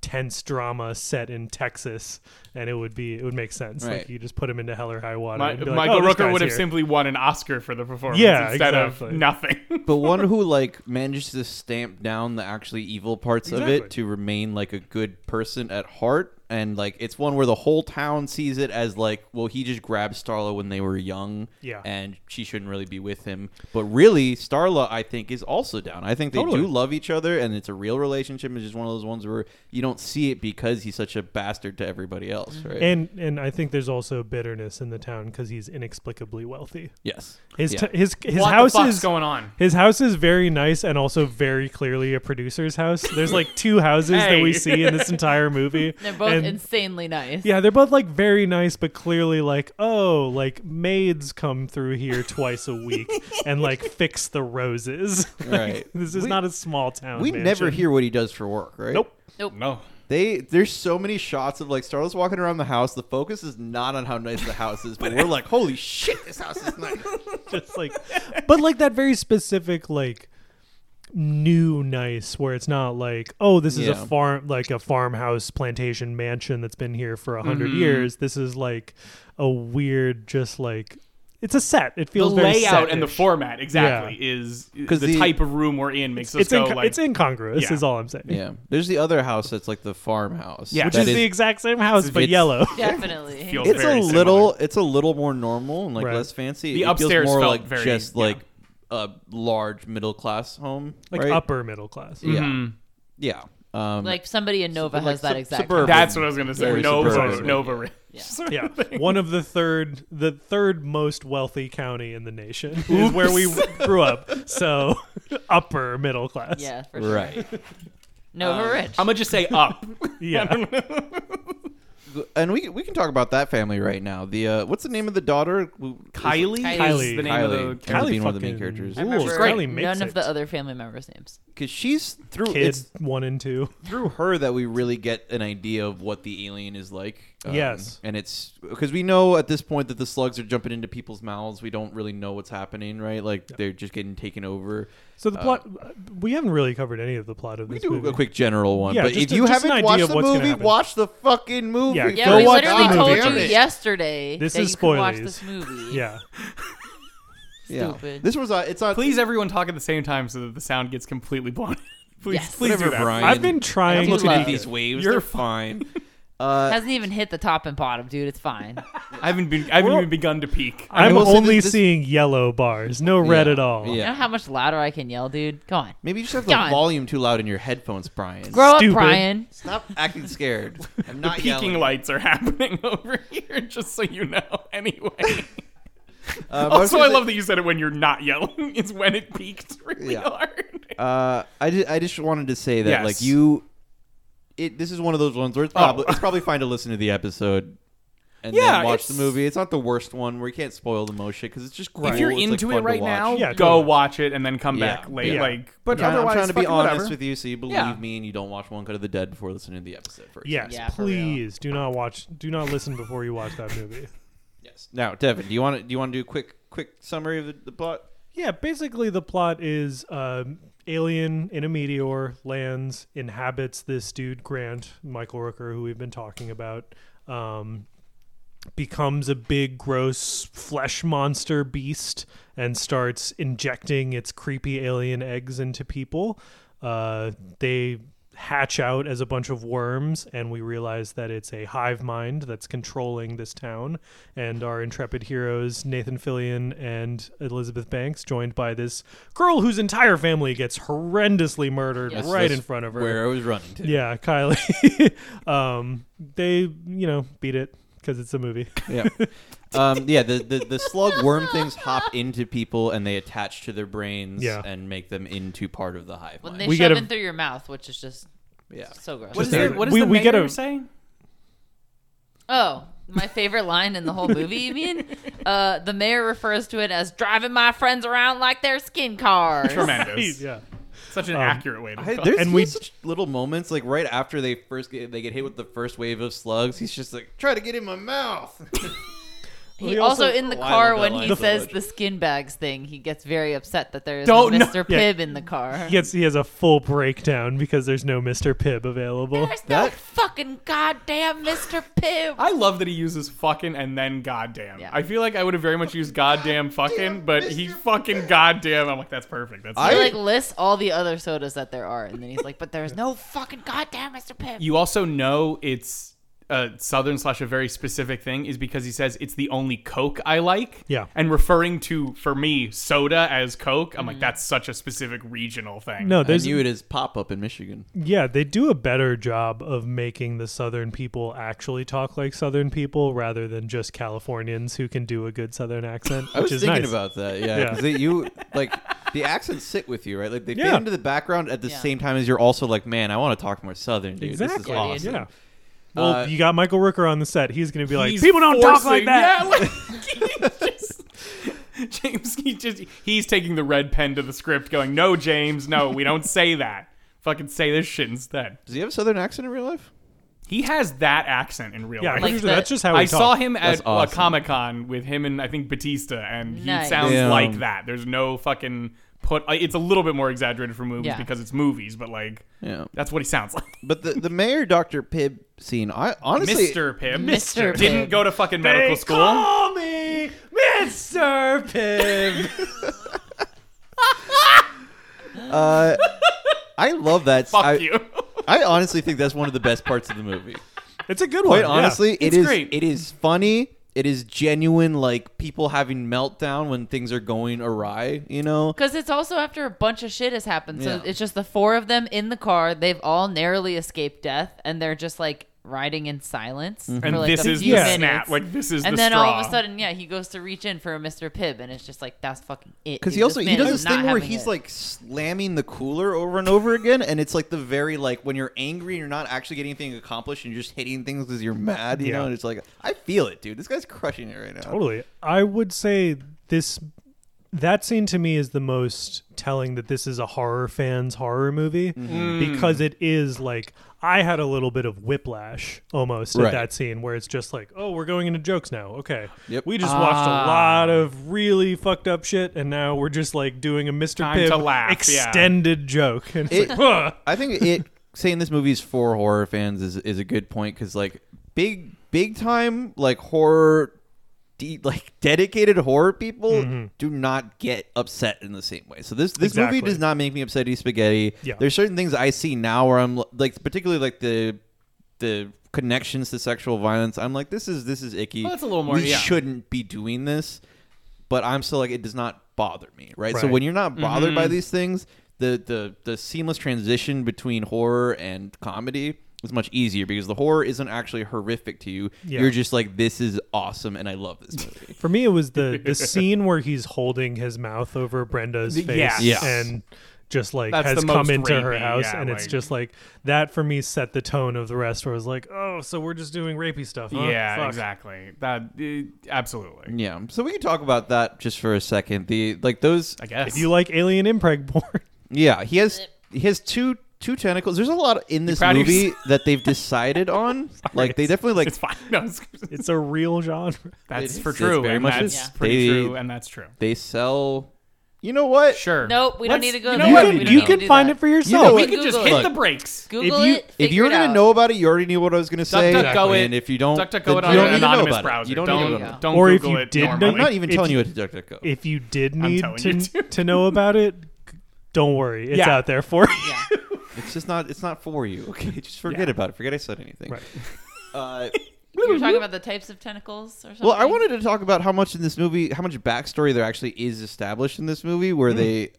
tense drama set in Texas, and it would be it would make sense. Right. Like you just put him into hell or high water. My, and be like, Michael "Oh, this Rooker guy's would have here." simply won an Oscar for the performance Yeah, instead of exactly. nothing. but one who like manages to stamp down the actually evil parts of Exactly. it to remain like a good person at heart and like it's one where the whole town sees it as like well he just grabbed starla when they were young Yeah. and she shouldn't really be with him but really starla i think is also down i think they Totally. do love each other and it's a real relationship it's just one of those ones where you don't see it because he's such a bastard to everybody else right Mm-hmm. And and I think there's also bitterness in the town because he's inexplicably wealthy. yes His Yeah. t- his his what house the fuck's is going on? his house is very nice and also very clearly a producer's house. There's like two houses that Hey. we see in this entire movie. They're both and- insanely nice. Yeah, they're both like very nice, but clearly like, oh, like maids come through here twice a week and like fix the roses. right this is We- not a small town. we never mansion. hear what he does for work right Nope. Nope. No. They there's so many shots of like Starla's walking around the house. The focus is not on how nice the house is, but we're like, holy shit, this house is nice. Just like, but like that very specific like new nice where it's not like oh this is Yeah. a farm like a farmhouse plantation mansion that's been here for a Mm-hmm. 100 years this is like a weird just like it's a set it The feels very layout and the set-ish. format exactly is the, 'Cause the- type of room we're in makes us it's, go inco- like it's incongruous Yeah. is all i'm saying Yeah, there's the other house that's like the farmhouse. Yeah. which that is, the exact same house but it's- yellow. Definitely. Feels- it's a very little it's a little more normal and like Right. less fancy. The it upstairs feels more felt like very- just yeah. like a large middle class home, Like right? Mm. upper middle class. Yeah, Mhm. yeah. Um, Like somebody in Nova Like has that sub- exact. suburban. That's what I was gonna say. Very Nova, suburban. Nova Ridge. Yeah. One of the third the third most wealthy county in the nation is where we grew up. So upper middle class. Yeah, for sure. right. Um, Nova Rich. I'm gonna just say up. Yeah. and we we can talk about that family right now. The uh, what's the name of the daughter? Kylie, is Kylie. the name Kylie. of the. Kylie being one of the main fucking characters. I remember she's great. Kylie makes none of it. the other family members' names. because she's through Kid it's one and two. through her that we really get an idea of what the alien is like. Um, Yes. and it's because we know at this point that the slugs are jumping into people's mouths. We don't really know what's happening, right? Like they're just getting taken over. So the plot we haven't really covered any of the plot of We this do movie. a quick general one, Yeah, but just if a- you just an haven't idea watched of the what's gonna movie, happen. watch the fucking movie. Yeah, Yeah, Go we watch literally the told movie. you Damn it. yesterday This that is you could watch spoilies. this movie. yeah. Yeah. Stupid. This was uh, it's on. Please, everyone, talk at the same time so that the sound gets completely blown. please, Yes. please do Whatever, that. Brian. I've been I'm trying looking to at these waves. You're You're fine. Uh, Hasn't even hit the top and bottom, dude. It's fine. I haven't been. I haven't Well- even begun to peak. I'm will say only that this- seeing yellow bars, no red Yeah. at all. You know Yeah. how much louder I can yell, dude? Come on. Maybe you just have the God. volume too loud in your headphones, Brian. Grow Stupid. up, Brian. Stop acting scared. I'm The not peaking yelling. lights are happening over here, just so you know. Anyway. Uh, but was also, gonna I say- love that you said it when you're not yelling. It's when it peaked really Yeah. hard. Uh, I just, I just wanted to say that Yes. Oh. like you, it this is one of those ones where it's probably it's probably fine to listen to the episode and Yeah, then watch the it's- movie. It's not the worst one where you can't spoil the most shit because it's just cool. If you're It's, like, into fun it to right watch. now, Yeah, go totally. watch it and then come Yeah, back late. yeah. Like, but I'm, otherwise, trying to be fucking honest whatever. with you, so you believe Yeah. me and you don't watch One Cut of the Dead before listening to the episode first. Yes, Yeah, for real. please do not watch do not listen before you watch that movie. Yes. Now, Devin, do you want to do you want to do a quick quick summary of the, the plot? Yeah, basically the plot is um, alien in a meteor lands, inhabits this dude Grant, Michael Rooker, who we've been talking about, um, becomes a big, gross flesh monster beast and starts injecting its creepy alien eggs into people. Uh, they hatch out as a bunch of worms, and we realize that it's a hive mind that's controlling this town. And our intrepid heroes, Nathan Fillion and Elizabeth Banks, joined by this girl whose entire family gets horrendously murdered Yes. right That's in front of her. Where I was running to. Yeah, Kylie. um, they, you know, beat it because it's a movie. Yeah. Um, yeah, the, the, the slug worm things hop into people and they attach to their brains Yeah. and make them into part of the hive When mind. they We shove get a- in through your mouth, which is just yeah. so gross. What is, Just it, a- what does we- the we mayor get a- say? Oh, my favorite line in the whole movie, you mean? Uh, the mayor refers to it as driving my friends around like their skin cars. Tremendous. Um, yeah. Such an accurate way to I, call there's it. and And we- such little moments like right after they first get, they get hit with the first wave of slugs. He's just like try to get in my mouth. He We also, also- in the Oh, I car love that when line he so says much. the skin bags thing, he gets very upset that there is Don't- no no- Mr. Yeah. Pibb in the car. He gets he has a full breakdown because there's no Mr. Pibb available. There's no That- fucking goddamn Mr. Pibb. I love that he uses fucking and then goddamn. Yeah. I feel like I would have very much used goddamn fucking, but he fucking goddamn. I'm like, that's perfect. That's I- He like lists all the other sodas that there are, and then he's like, "But there's no fucking goddamn Mr. Pibb." you also know it's a southern slash a very specific thing is because he says it's the only coke i like Yeah. and referring to for me soda as coke Mm-hmm. i'm like that's such a specific regional thing No, I there's knew it as pop up in Michigan. yeah, they do a better job of making the southern people actually talk like southern people rather than just Californians who can do a good southern accent, I was which is thinking nice. about that. Yeah, Yeah. 'cause they- you like the accents sit with you, right? Like they Yeah. fade into the background at the Yeah. same time as you're also like, man, I want to talk more Southern, dude. This is exactly. awesome. Yeah. Well, Uh, you got Michael Rooker on the set. He's going to be like, He's people don't talk forcing- like that. yeah, like, he's just- james he just he's taking the red pen to the script going no james no we don't say that fucking say this shit instead Does he have a Southern accent in real life? he has that accent in real Yeah, I'm life Like pretty sure the- that's just how I we talk. saw him That's at awesome. uh, Comic Con with him and I think Batista, and he Nice. sounds Damn. like that. There's no fucking put. uh, It's a little bit more exaggerated for movies Yeah. because it's movies, but like Yeah. that's what he sounds like. But the the mayor Dr. Pibb scene, I honestly Mr. Pibb, Mr. didn't Pibb. go to fucking medical school. Call me Mr. Pibb. uh, I love that. Fuck I, you. I honestly think that's one of the best parts of the movie. it's a good one. Quite yeah. honestly, it It's is great. it is funny. It is genuine, like people having meltdown when things are going awry. You know, Because it's also after a bunch of shit has happened. So Yeah. it's just the four of them in the car. They've all narrowly escaped death, and they're just like riding in silence. for, And like, this a is the few Yeah. snap. minutes. Like this is and the then straw. all of a sudden, yeah, he goes to reach in for a Mr. Pibb, and it's just like that's fucking it. because dude. he also This he man does is this not thing where having he's it. like slamming the cooler over and over again, and it's like the very like when you're angry and you're not actually getting anything accomplished, and you're just hitting things because you're mad. You Yeah. know, and it's like I feel it, dude. This guy's crushing it right now. Totally. I would say this that scene to me is the most telling that this is a horror fan's horror movie Mm-hmm. because it is like I had a little bit of whiplash almost Right. at that scene where it's just like, oh, we're going into jokes now. Okay. Yep. We just watched Ah. a lot of really fucked up shit and now we're just like doing a Mr. Time Pibb to laugh, yeah. extended joke. And it's It- like, "Huh." I think it saying this movie is for horror fans is is a good point because like big big time like horror. De- like dedicated horror people Mm-hmm. do not get upset in the same way. So this this movie Exactly. does not make me upset. Eat spaghetti. Yeah. There's certain things I see now where I'm l- like, particularly like the the connections to sexual violence. I'm like, this is this is icky. Well, that's a little more- We yeah. shouldn't be doing this, but I'm still like, it does not bother me, right? So Right. when you're not bothered by Mm-hmm. these things, the, the the seamless transition between horror and comedy is much easier because the horror isn't actually horrific to you. Yeah. You're just like, this is awesome, and I love this movie. For me, it was the the scene where he's holding his mouth over Brenda's The- face yes. Yes. and just like That's has the come most into her rapey, house, yeah, and it's like- just like that for me set the tone of the rest. Where I was like, oh, so we're just doing rapey stuff. huh? yeah, Fuck." exactly. That uh, absolutely. yeah, so we can talk about that just for a second. The like those, I guess If you like alien impreg porn, yeah, he has he has two two tentacles. There's a lot in this proud of movie yourself? that they've decided on. like they definitely like it's fine. No, it's- it's a real genre. that's It for is. true. It's very and much that's is. pretty They- true, and that's true. they sell. You know what? Sure. Nope, we don't Let's- need to go You there. know you what? We can, don't you need can to do find that. it for yourself. You know we what? could just Google hit it. the brakes. Google if you- it. if figure you were it gonna out. know about it, you already knew what I was gonna say. DuckDuckGo it. And if you don't, DuckDuckGo it on then you don't your need to know anonymous about it. browser. You don't, need to know. about don't, it. don't Or if Google you it did know- normally. I'm not even If telling you- you what to DuckDuckGo. If you did I'm need telling to, you to. to know about it, don't worry, it's Yeah. out there for you. Yeah. It's just not. It's not for you. Okay, just forget about it. Forget I said anything. Right. Uh, You were talking about the types of tentacles or something. well, I wanted to talk about how much in this movie, how much backstory there actually is established in this movie, where they.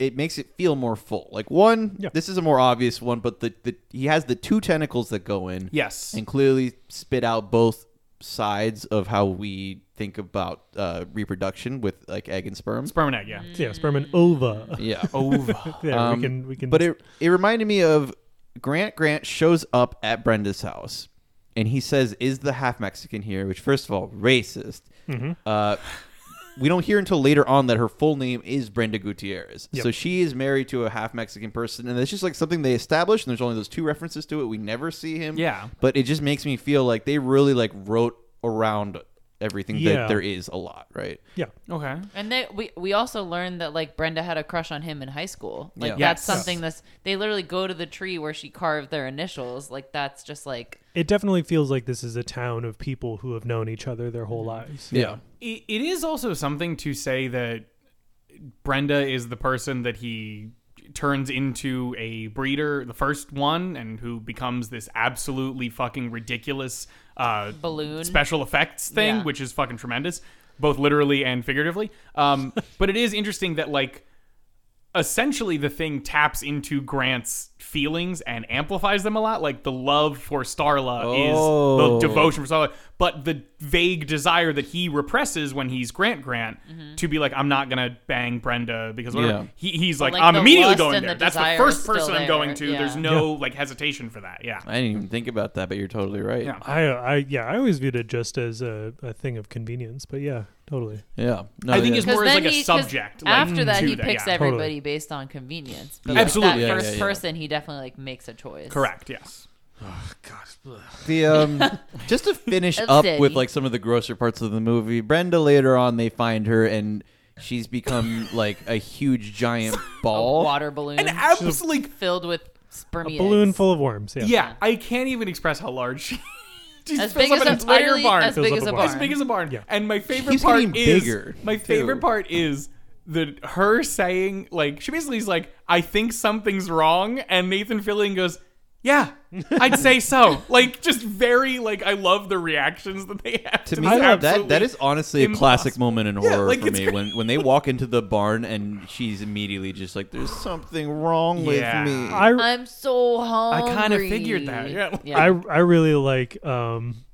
It makes it feel more full. Like one, Yeah. this is a more obvious one, but the, the he has the two tentacles that go in. Yes. and clearly spit out both sides of how we think about uh, reproduction with like egg and sperm. Sperm and egg, yeah. Mm. Yeah, sperm and ova. Yeah. Ova. There, Um, we can we can. But it it reminded me of Grant. Grant shows up at Brenda's house, and he says, "Is the half Mexican here?" Which, first of all, racist. Uh, we don't hear until later on that her full name is Brenda Gutierrez. Yep. So she is married to a half Mexican person, and that's just like something they established. And there's only those two references to it. We never see him. Yeah. but it just makes me feel like they really like wrote around everything Yeah. that there is a lot, right? Yeah. Okay. And they, we we also learned that like Brenda had a crush on him in high school. Like Yeah. that's Yes. something that's they literally go to the tree where she carved their initials. Like that's just like It definitely feels like this is a town of people who have known each other their whole lives. Yeah. It, it is also something to say that Brenda is the person that he turns into a breeder, the first one, and who becomes this absolutely fucking ridiculous uh, balloon. special effects thing, Yeah. which is fucking tremendous, both literally and figuratively. Um, but it is interesting that like essentially the thing taps into Grant's feelings and amplifies them a lot. Like the love for Starla Oh. is the devotion for Starla, but the vague desire that he represses when he's Grant Grant Mm-hmm. to be like, I'm not gonna bang Brenda because whatever. Yeah. He, he's like, like, I'm the immediately lust going and there. the That's the desire is first still person I'm going there. to. Yeah. There's no like hesitation for that. Yeah. I didn't even think about that, but you're totally right. Yeah. I, I, yeah, I always viewed it just as a, a thing of convenience, but yeah, totally. Yeah. No, I think yeah. it's Because more as, then like, a he- 'cause subject, like, after that, to he that, picks yeah. everybody Totally. based on convenience. But Yeah. like, Absolutely. that Yeah, first yeah, yeah. person, he definitely like makes a choice. Correct. Yes. The um, just to finish up Upsetty. with like some of the grosser parts of the movie, Brenda later on they find her and she's become like a huge giant A ball. water balloon An absolutely filled with spermia. Balloon eggs. full of worms. Yeah. Yeah, I can't even express how large she. she as fills big up as an a entire literally barn. As Fills big up as a a barn. barn. as big as a barn. Yeah. And my favorite keeps part getting is bigger, my too. favorite part is the her saying like she basically is like I think something's wrong, and Nathan Fillion goes. Yeah, I'd say so. Like, just very like I love the reactions that they have to, To me, this that absolutely that is honestly a classic impossible- moment in Yeah, horror like, for it's me cra- when when they walk into the barn and she's immediately just like, "There's something wrong Yeah. with me." I, I'm so hungry. I kinda figured that, yeah. I, I really like um,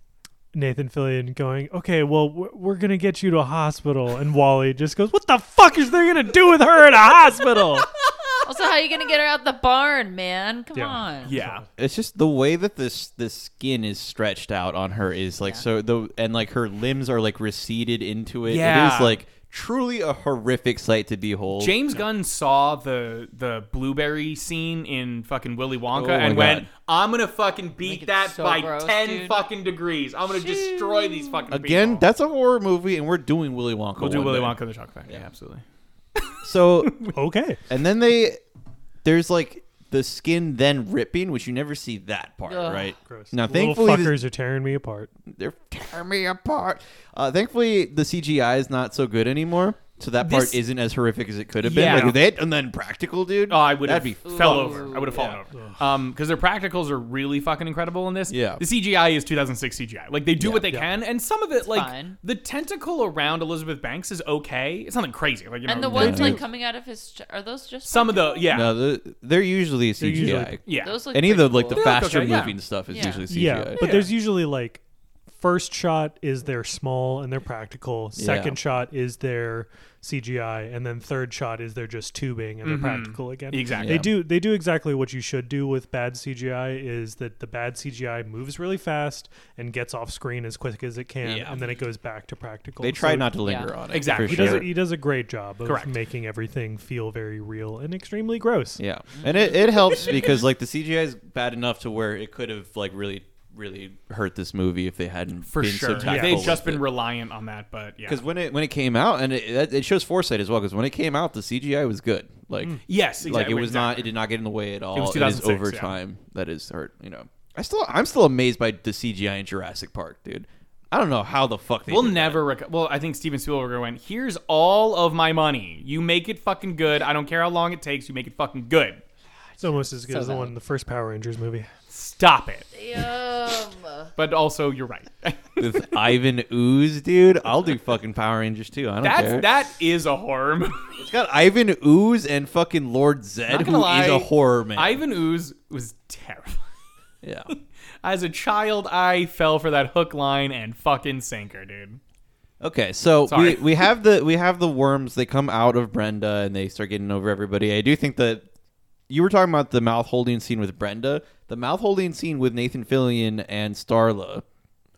Nathan Fillion going, okay, well, we're, we're going to get you to a hospital. And Wally just goes, what the fuck is they going to do with her in a hospital? also, how you gonna get her out the barn, man? Come Yeah. on. Yeah, it's just the way that this this skin is stretched out on her is like so the and like her limbs are like receded into it. It Yeah. is like truly a horrific sight to behold. James Gunn saw the the blueberry scene in fucking Willy Wonka Oh and my went, God. "I'm gonna fucking beat it's that so by gross, ten dude. fucking degrees. I'm gonna destroy these fucking Again, people." that's a horror movie, and we're doing Willy Wonka. we'll do one Willy day. Wonka and the Chocolate Factory. Yeah, absolutely. So, Okay. and then they, there's like the skin then ripping, which you never see that part, Ugh. right? Gross. Now, Little thankfully, this- fuckers are tearing me apart. they're tearing me apart. Uh, thankfully, the CGI is not so good anymore, so that part This- isn't as horrific as it could have been. Yeah. Like if they had, and then practical, dude. Oh, I would have That'd be fell Ooh. over. I would have fallen Yeah. over. Um, because their practicals are really fucking incredible in this. Yeah. the CGI is 2006 CGI. Like they do what they Yeah. can, and some of it, like fine. the tentacle around Elizabeth Banks is okay. It's nothing crazy. Like you know, And the they ones do- like coming out of his ch- are those just some of the yeah no, the, they're usually CGI. usually- yeah Those look Any of the pretty like the cool. They look faster okay, yeah. moving stuff is Yeah. usually CGI. Yeah, but Yeah. there's usually like first shot is their small and they're practical. Second shot is their CGI, and then third shot is they're just tubing and they're practical again. Exactly. They Yeah. do they do exactly what you should do with bad CGI is that the bad CGI moves really fast and gets off screen as quick as it can, Yeah. and then it goes back to practical. they try So not to linger Yeah. on it. Exactly. for He sure. does, a, he does a great job of Correct. making everything feel very real and extremely gross. Yeah, and it, it helps because like the CGI is bad enough to where it could have like really really hurt this movie if they hadn't for been sure. so If tactful. they'd just been reliant on that, but yeah. because when it when it came out and it, that- it shows foresight as well because when it came out the CGI was good like Mm. e, Yes, exactly. like it was not it exactly. did not get in the way at all. It was is 2006, over yeah. time that is hurt. You know, I still I'm still amazed by the CGI in Jurassic Park, dude. I don't know how the fuck they We'll did that. never. Rec- well, I think Steven Spielberg went. Here's all of my money. You make it fucking good. I don't care how long it takes. You make it fucking good. It's almost as good So as the valid. one in the first Power Rangers movie. Stop it. Yum. But also, you're right. with Ivan Ooze, dude. I'll do fucking Power Rangers too. I don't That's care. that is a horror movie. It's got Ivan Ooze and fucking Lord Zed, Not who gonna is lie, a horror man. Ivan Ooze was terrible. Yeah. As a child, I fell for that hook, line, and fucking sinker, dude. Okay, so Sorry. we, we have the we have the worms. They come out of Brenda and they start getting over everybody. I do think that you were talking about the mouth holding scene with Brenda. The mouth holding scene with Nathan Fillion and Starla,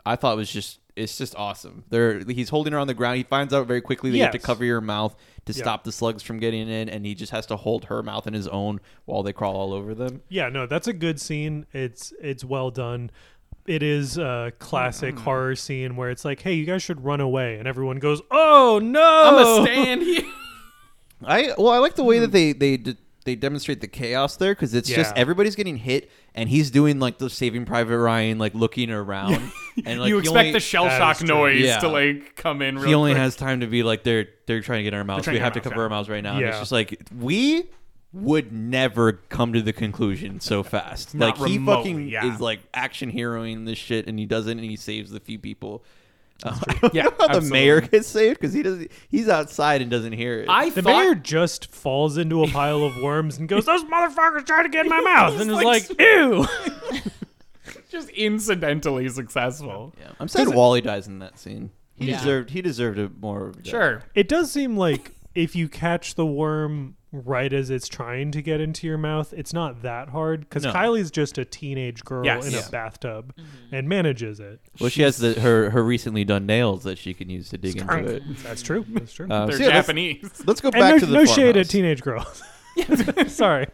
I thought was just It's just awesome. They're he's holding her on the ground. He finds out very quickly that you have to Yes. cover your mouth to stop the slugs from getting in, and he just has to hold her mouth in his own while they crawl all over them. Yeah, no, that's a good scene. It's it's well done. It is a classic Mm-hmm. horror scene where it's like, "Hey, you guys should run away," and everyone goes, "Oh no!" I'm gonna stand here. I well, I like the way Hmm. that they they d- they demonstrate the chaos there because it's just Yeah. everybody's getting hit, and he's doing like the Saving Private Ryan, like looking around, and like you he expect only- the shell That shock is true. noise Yeah. to like come in. Real he only quick. has time to be like they're they're trying to get in our mouths. trying We to have get to our cover our mouths right now. And it's Yeah. just like we would never come to the conclusion so fast. Not like he remotely, fucking yeah. is like action heroing this shit, and he doesn't, and he saves the few people. Uh, Yeah, yeah, how the absolutely. mayor gets saved because he doesn't. He's outside and doesn't hear it. I The thought mayor just falls into a pile of worms and goes, "Those motherfuckers trying to get in my mouth," and is like, like, "Ew." just incidentally successful. Yeah. I'm sad Wally dies in that scene. He Yeah. deserved. He deserved a more. of a death. Sure. It does seem like if you catch the worm right as it's trying to get into your mouth, it's not that hard because No. Kylie's just a teenage girl Yes. in Yeah. Mm-hmm. a bathtub and manages it. Well, she has the, her her recently done nails that she can use to dig into it. That's true. That's true. Um, They're so yeah, let's- Japanese. Let's, go back and no, to the no shade farmhouse. at teenage girls. Sorry.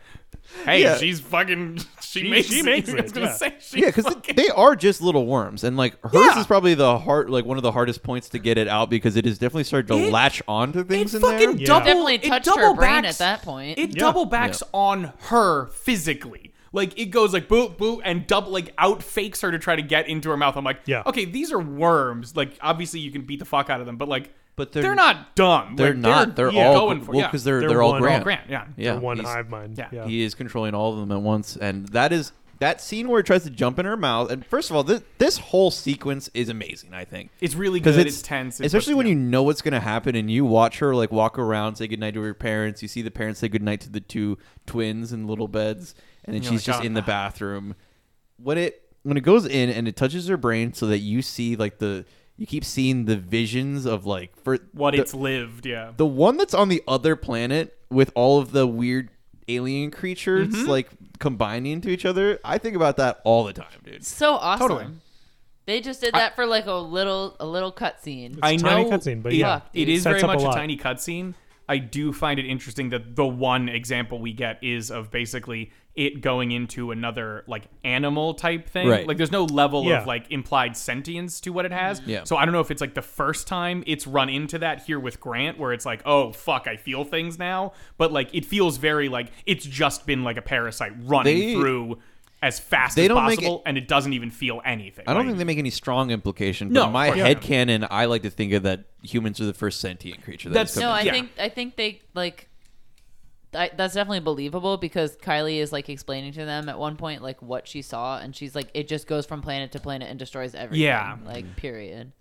hey, yeah. she's fucking. She, makes. she makes I was it, gonna yeah. say she. Yeah, because fucking- they are just little worms, and like hers Yeah. is probably the hard, like one of the hardest points to get it out because it is definitely started to It- latch onto things it in there. fucking Yeah. double, Definitely it touched double her brain backs- at that point. It Yeah. double backs on her physically. Like it goes like boo boo and double like out fakes her to try to get into her mouth. I'm like, Yeah. okay, these are worms. Like obviously you can beat the fuck out of them, but like, But they're, they're- not dumb. They're Like, not. They're, yeah, all going for well yeah. because they're They're they're, all one- Grant. Grant. Yeah, Yeah, The one he's- hive mind. yeah. Yeah. He is controlling all of them at once, and that is that scene where it tries to jump in her mouth. And first of all, this this whole sequence is amazing. I think It's really because good. it's, It's, tense, especially when you know what's going to happen, and you watch her like walk around, say goodnight to her parents. You see the parents say goodnight to the two twins in little beds, and then You're she's like, just "Oh." in the bathroom. When it when it goes in and it touches her brain, so that you see like the you keep seeing the visions of like for what the, it's lived. Yeah, the one that's on the other planet with all of the weird alien creatures Mm-hmm. like combining to each other. I think about that all the time, dude. so awesome. Totally. They just did that for like a little a little cutscene. I a tiny know cutscene, but it- yeah, it it is sets very up a much a, lot. tiny cutscene. I do find it interesting that the one example we get is of basically it going into another like animal type thing. Right. Like there's no level Yeah. of like implied sentience to what it has. Yeah. So I don't know if it's like the first time it's run into that here with Grant where it's like, oh fuck, I feel things now. But like it feels very like it's just been like a parasite running They- through as fast they as don't make possible and it doesn't even feel anything. I don't Like, think they make any strong implication, but No, in my of course head not. canon, I like to think of that humans are the first sentient creature. That's- That's No, I Yeah. think I think they like I, that's definitely believable because Kylie is like explaining to them at one point like what she saw, and she's like, it just goes from planet to planet and destroys everything. Yeah. Mm-hmm. like period.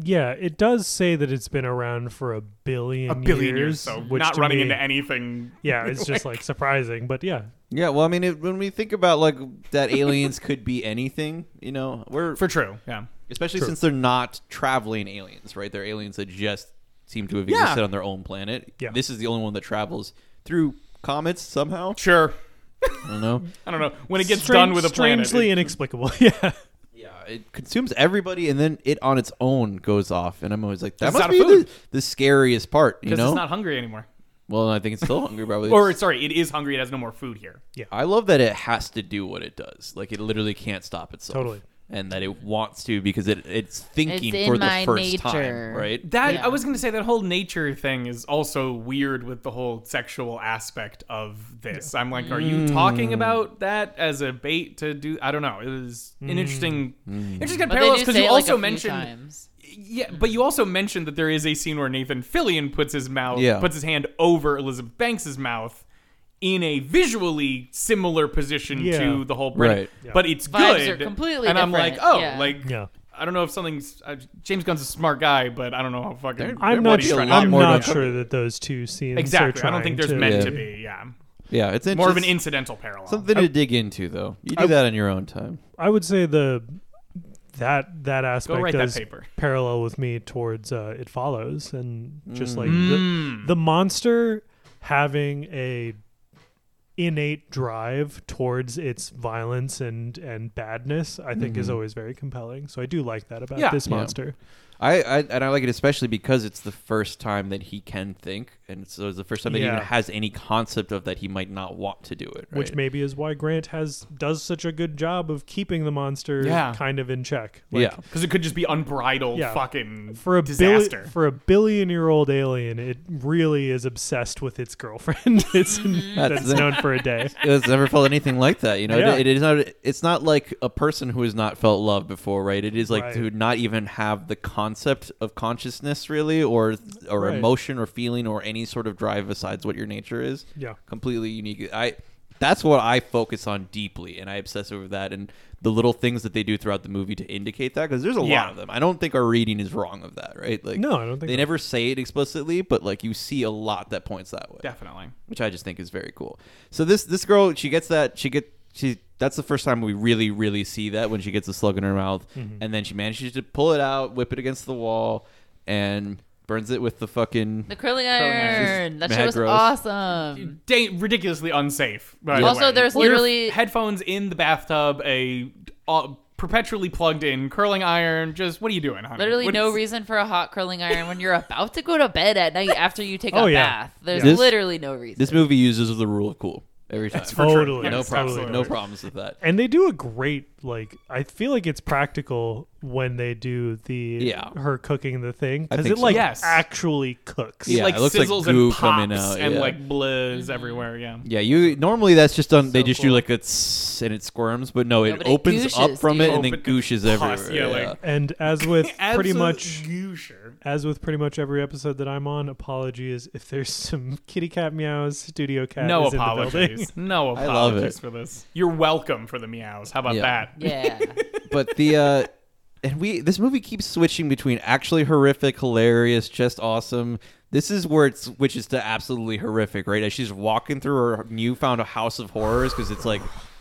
Yeah, it does say that it's been around for a billion, a billion years, years, so which not to running me- into anything Yeah, it's just like surprising, but yeah, yeah. Well, I mean, it, when we think about like that, aliens could be anything. You know, we're for true. Yeah. especially True. since they're not traveling aliens, right? They're aliens that just seem to have existed Yeah. on their own planet. Yeah. This is the only one that travels through comets somehow. Sure. I don't know. I don't know. When it gets Strange- done with a planet, strangely it- inexplicable. Yeah, Yeah, it consumes everybody, and then it on its own goes off, and I'm always like, that It's must out be of the, food. the scariest part, you 'cause know? it's not hungry anymore. well, I think it's still hungry, probably. Or sorry, it is hungry. It has no more food here. I love that it has to do what it does. Like it literally can't stop itself. Totally. And that it wants to because it, it's thinking It's in for the my first time, nature. right? That Yeah. I was going to say that whole nature thing is also weird with the whole sexual aspect of this. I'm like, are Mm. you talking about that as a bait to do? I don't know. It was Mm. an interesting, Mm. interesting kind of But they parallels do because say you it, like, a also few mentioned, times. yeah, but you also mentioned that there is a scene where Nathan Fillion puts his mouth, Yeah. puts his hand over Elizabeth Banks's mouth. In a visually similar position Yeah. to the whole, Brennan- Right. Yeah. but it's Vibes good. are completely and I'm like, different, oh, yeah. like Yeah. I don't know if something's uh, James Gunn's a smart guy, but I don't know how fucking. I'm what not. he's a Sure, trying to lot I'm do. more not than- sure that those two scenes Exactly. Are I don't think there's trying to- meant Yeah. to be. Yeah, Yeah, it's more of an interesting- incidental parallel. something to dig into though. You do I- that on your own time. I would say the that that aspect write that does paper. parallel with me towards uh, it follows Mm. and just like the, the monster having a innate drive towards its violence and and badness i think is always very compelling so i do like that about Yeah. this Yeah. monster I, I and I like it especially because it's the first time that he can think, and so it's the first time that he Yeah. even has any concept of that he might not want to do it. Right? which maybe is why grant has does such a good job of keeping the monster Yeah. kind of in check yeah, Because it could just be unbridled Yeah. fucking for a disaster. billion for a billion year old alien it really is obsessed with its girlfriend it's that's, the- known for a day it's never felt anything like that. You know, It- Yeah. it is not. It's not like a person who has not felt love before, right? It is like Right. to not even have the concept of consciousness, really, or or Right. emotion, or feeling, or any sort of drive besides what your nature is. Yeah. completely unique. I. That's what I focus on deeply, and I obsess over that and the little things that they do throughout the movie to indicate that because there's a Yeah. lot of them. I don't think our reading is wrong of that, right? Like, No, I don't think they so. never say it explicitly, but like you see a lot that points that way Definitely. which I just think is very cool. So this this girl, she gets that she get she that's the first time we really really see that when she gets the slug in her mouth, Mm-hmm. and then she manages to pull it out, whip it against the wall, and burns it with the fucking. The curling iron. iron. That Mad shit was gross. awesome. Da- ridiculously unsafe. by the Also, way. there's Wear your literally- headphones in the bathtub, a uh, perpetually plugged in curling iron. Just what are you doing, honey? Literally What no is- reason for a hot curling iron when you're about to go to bed at night after you take Oh, a yeah. bath. There's This- literally no reason. This movie uses the rule of cool every time. for sure. Totally. no Yes, problem. absolutely. No problems with that. and they do a great like i feel like it's practical when they do the Yeah. her cooking the thing I because think it like so. Yes. actually cooks Yeah, like it looks like sizzles goo and pops coming out, and yeah. like blizz everywhere. Yeah. Mm-hmm. Yeah, you normally that's just done. they So just do cool. like a tss and it squirms, but no, it No, but it opens up gooshes, from it dude. and then Open- gooshes pus, everywhere. yeah, yeah. like- and as with pretty Absolute much goosher. as with pretty much every episode that i'm on apology is if there's some kitty cat meows studio cat No is in the building. apologies. No I love apologies it. for this. You're welcome for the meows. How about Yeah. that? yeah. but the uh and we this movie keeps switching between actually horrific hilarious just awesome this is where it switches to absolutely horrific right as she's walking through her newfound house of horrors because it's like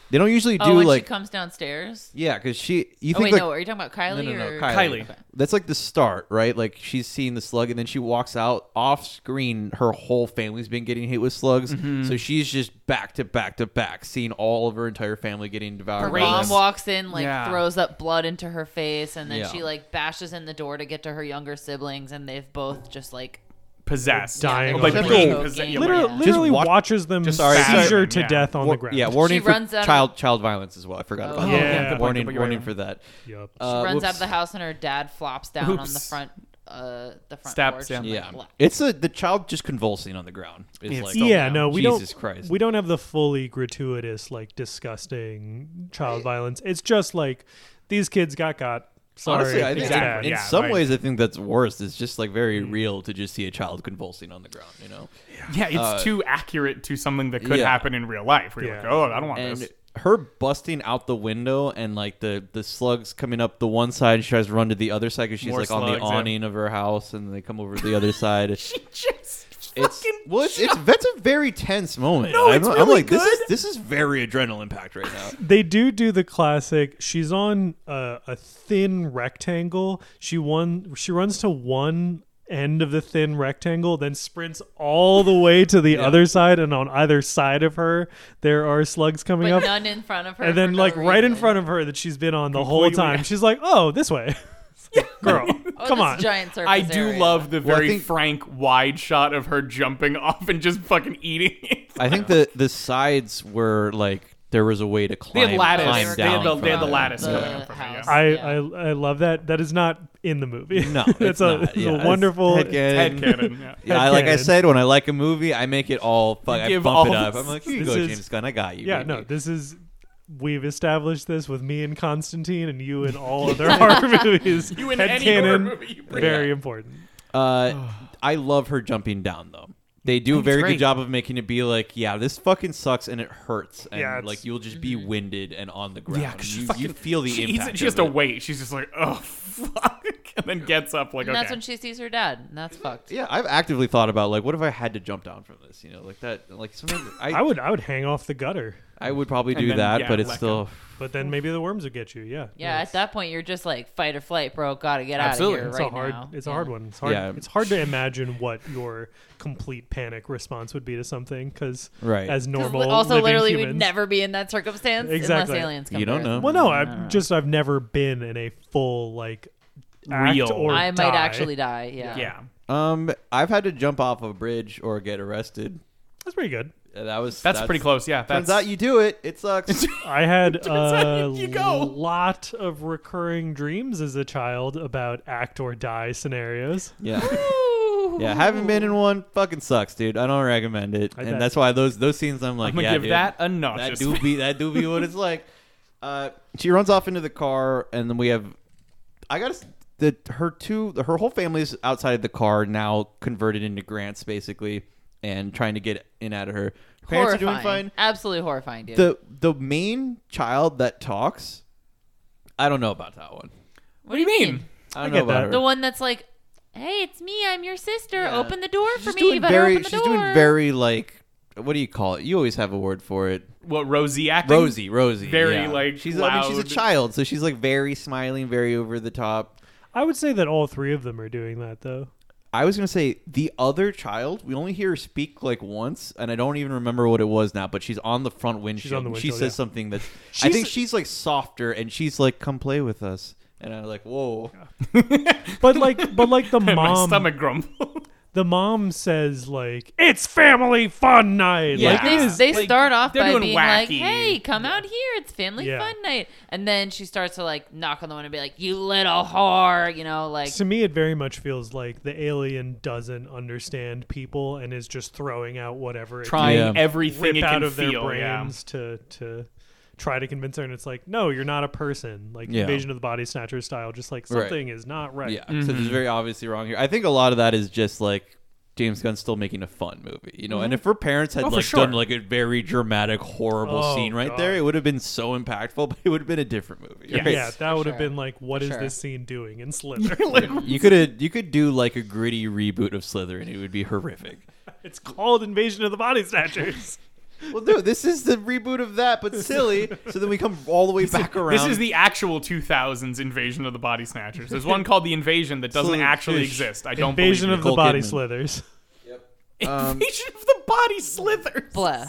they don't usually do oh, when like she comes downstairs. yeah because she you Oh think wait, like no. Are you talking about Kylie no, no, or Kylie. Kylie. That's like the start, right? Like she's seeing the slug, and then she walks out off screen. Her whole family's been getting hit with slugs, Mm-hmm. so she's just back to back to back, seeing all of her entire family getting devoured. Her by mom them. walks in, like Yeah. throws up blood into her face, and then Yeah. she like bashes in the door to get to her younger siblings, and they've both just like Possessed. Dying Or, like of being cocaine. possessed. Yeah, Literally, like- Just literally watch- watches them Just sorry, seizure sorry. to Yeah. death on War- the ground. Yeah, warning She for runs out of- child child violence as well. I forgot about Oh, that. yeah. Yeah, good point, warning good point, warning right. for that. Yep. Uh, runs out whoops. of the house, and her dad flops down on the Oops. front, uh, the front Steps, porch. yeah. and, like, Yeah, left. it's a the child just convulsing on the ground. Is It's like, oh, yeah, no, we Jesus don't. Christ. We don't have the fully gratuitous, like disgusting child violence. It's just like these kids got got. Sorry, Honestly, I think it's that- bad. in yeah, some like- ways I think that's worse. It's just like very Mm. real to just see a child convulsing on the ground, you know. Yeah, it's too accurate to something that could Uh, yeah. happen in real life. Where you're Yeah. like, oh, I don't want And this. her busting out the window and like the the slugs coming up the one side, she tries to run to the other side because she's More like on the slugs, yeah. awning of her house, and they come over to the other side. Just it's fucking well, it's, it's that's a very tense moment. No, it's I'm, I'm really like this is good. this is very adrenaline packed right now. they do do the classic. She's on a, a thin rectangle. She one. She runs to one end of the thin rectangle, then sprints all the way to the other side. And on either side of her, there are slugs coming but up. none in front of her. and then, for no like right in reason. front of her, that she's been on the whole Completely. time. She's like, "Oh, this way, girl, Oh, come this on." giant surface I do area. love the Well, I very think- frank wide shot of her jumping off and just fucking eating it. I think the the sides were like there was a way to They climb. had lattice. climb They had down the- they had from the lattice it. coming up. from her, house. yeah. I, yeah. I I love that. That is not in the movie. No, that's it's a, not. it's Yeah, a it's wonderful. headcanon. Headcanon. Yeah. Yeah, I, like I Headcanon. said, when I like a movie, I make it all. Fuck, I give bump all it the- up. I'm like, here you This go, is- James Gunn. I got you. yeah, baby." no, this is we've established this with me and Constantine and you and all other horror movies. You in any Headcanon, horror movie you bring very important. Uh, I love her jumping down though. They do a very great. good job of making it be like, yeah, this fucking sucks and it hurts, and Yeah, it's- like you'll just be winded and on the ground. Mm. Yeah, 'cause she you, fucking you feel the she eats impact. it. She has to of it. wait. She's just like, oh fuck, and then gets up like, And okay. that's when she sees her dad, and that's fucked. Yeah, I've actively thought about like, what if I had to jump down from this? You know, like that. Like sometimes I, I would I would hang off the gutter. I would probably And do then, that, yeah, but it's let still. But then maybe the worms would get you. Yeah. Yeah, at that point you're just like fight or flight, bro. Gotta get Absolutely. out of It's It's here a right hard. now. It's Yeah. a hard one. It's hard. Yeah. It's hard to imagine what your complete panic response would be to something because Right. as 'Cause normal. li- Also, living literally, humans, we'd never be in that circumstance Exactly. unless aliens come. You to don't Earth. know. Well, no, I don't I've know. just I've never been in a full like act Real. Or I might die. actually die. Yeah. Yeah. Um, I've had to jump off a bridge or get arrested. That's pretty good. Uh, That was That's, pretty close. Yeah. That's Turns out you do it. It sucks. I had out a you go. lot of recurring dreams as a child about act or die scenarios. yeah. Yeah, haven't been in one. Fucking sucks, dude. I don't recommend it, I and bet. that's why those those scenes I'm like, I'm gonna yeah, give dude, that a that notch. do be that do be what it's like. Uh, she runs off into the car, and then we have. I got the her two her whole family's outside the car now, converted into Grants basically, and trying to get in out of her. Her parents are doing horrifying. fine. Absolutely horrifying, dude. The the main child that talks, I don't know about that one. What do you mean? I don't get know about that. her. the one that's like, "Hey, it's me. I'm your sister. Yeah. Open the door for she's me. doing you better very open the she's door." doing very like what do you call it? You always have a word for it. What Rosie acting? Rosie, Rosie. Very, yeah. like, she's I mean she's loud. a child, so she's like very smiling, very over the top. I would say that all three of them are doing that though. I was gonna say the other child, we only hear her speak like once, and I don't even remember what it was now, but she's on the front windshield. on the and she windshield, says yeah. something that's I She's- think she's like softer and she's like, Come play with us. And I'm like, Whoa. But like, but like the My mom, stomach grumbled. the mom says like, "It's family fun night." Yeah. Like, They, it Yeah. is- they Like, start off they're by doing being like, wacky. "Hey, come out here. It's family Yeah. fun night." And then she starts to like knock on the window and be like, "You little whore," you know, like to me, it very much feels like the alien doesn't understand people and is just throwing out whatever it Trying Yeah. can everything rip it can out of feel. their yeah. brains to to try to convince her. And it's like, no, you're not a person. Like Yeah. invasion of the body snatcher style. Just like Right. something is not right. Yeah. So there's very obviously wrong here. I think a lot of that is just like James Gunn's still making a fun movie, you know. And if her parents had Oh, for like sure. done like a very dramatic, horrible Oh, scene right God. there, it would have been so impactful, but it would have been a different movie. Yeah. right? Yeah, that would have sure. been like, what is sure. this scene doing in Slither? You could have you could do like a gritty reboot of Slither, and it would be horrific. it's called Invasion of the Body Snatchers. well, no, this is the reboot of that, but silly. So then we come all the way back around. This is the actual 2000s invasion of the body snatchers. There's one called the invasion that doesn't Slug actually fish. exist. I don't Invasion believe of you. the Nicole Body Kidman. Slithers. Um, invasion of the body slithers. blah.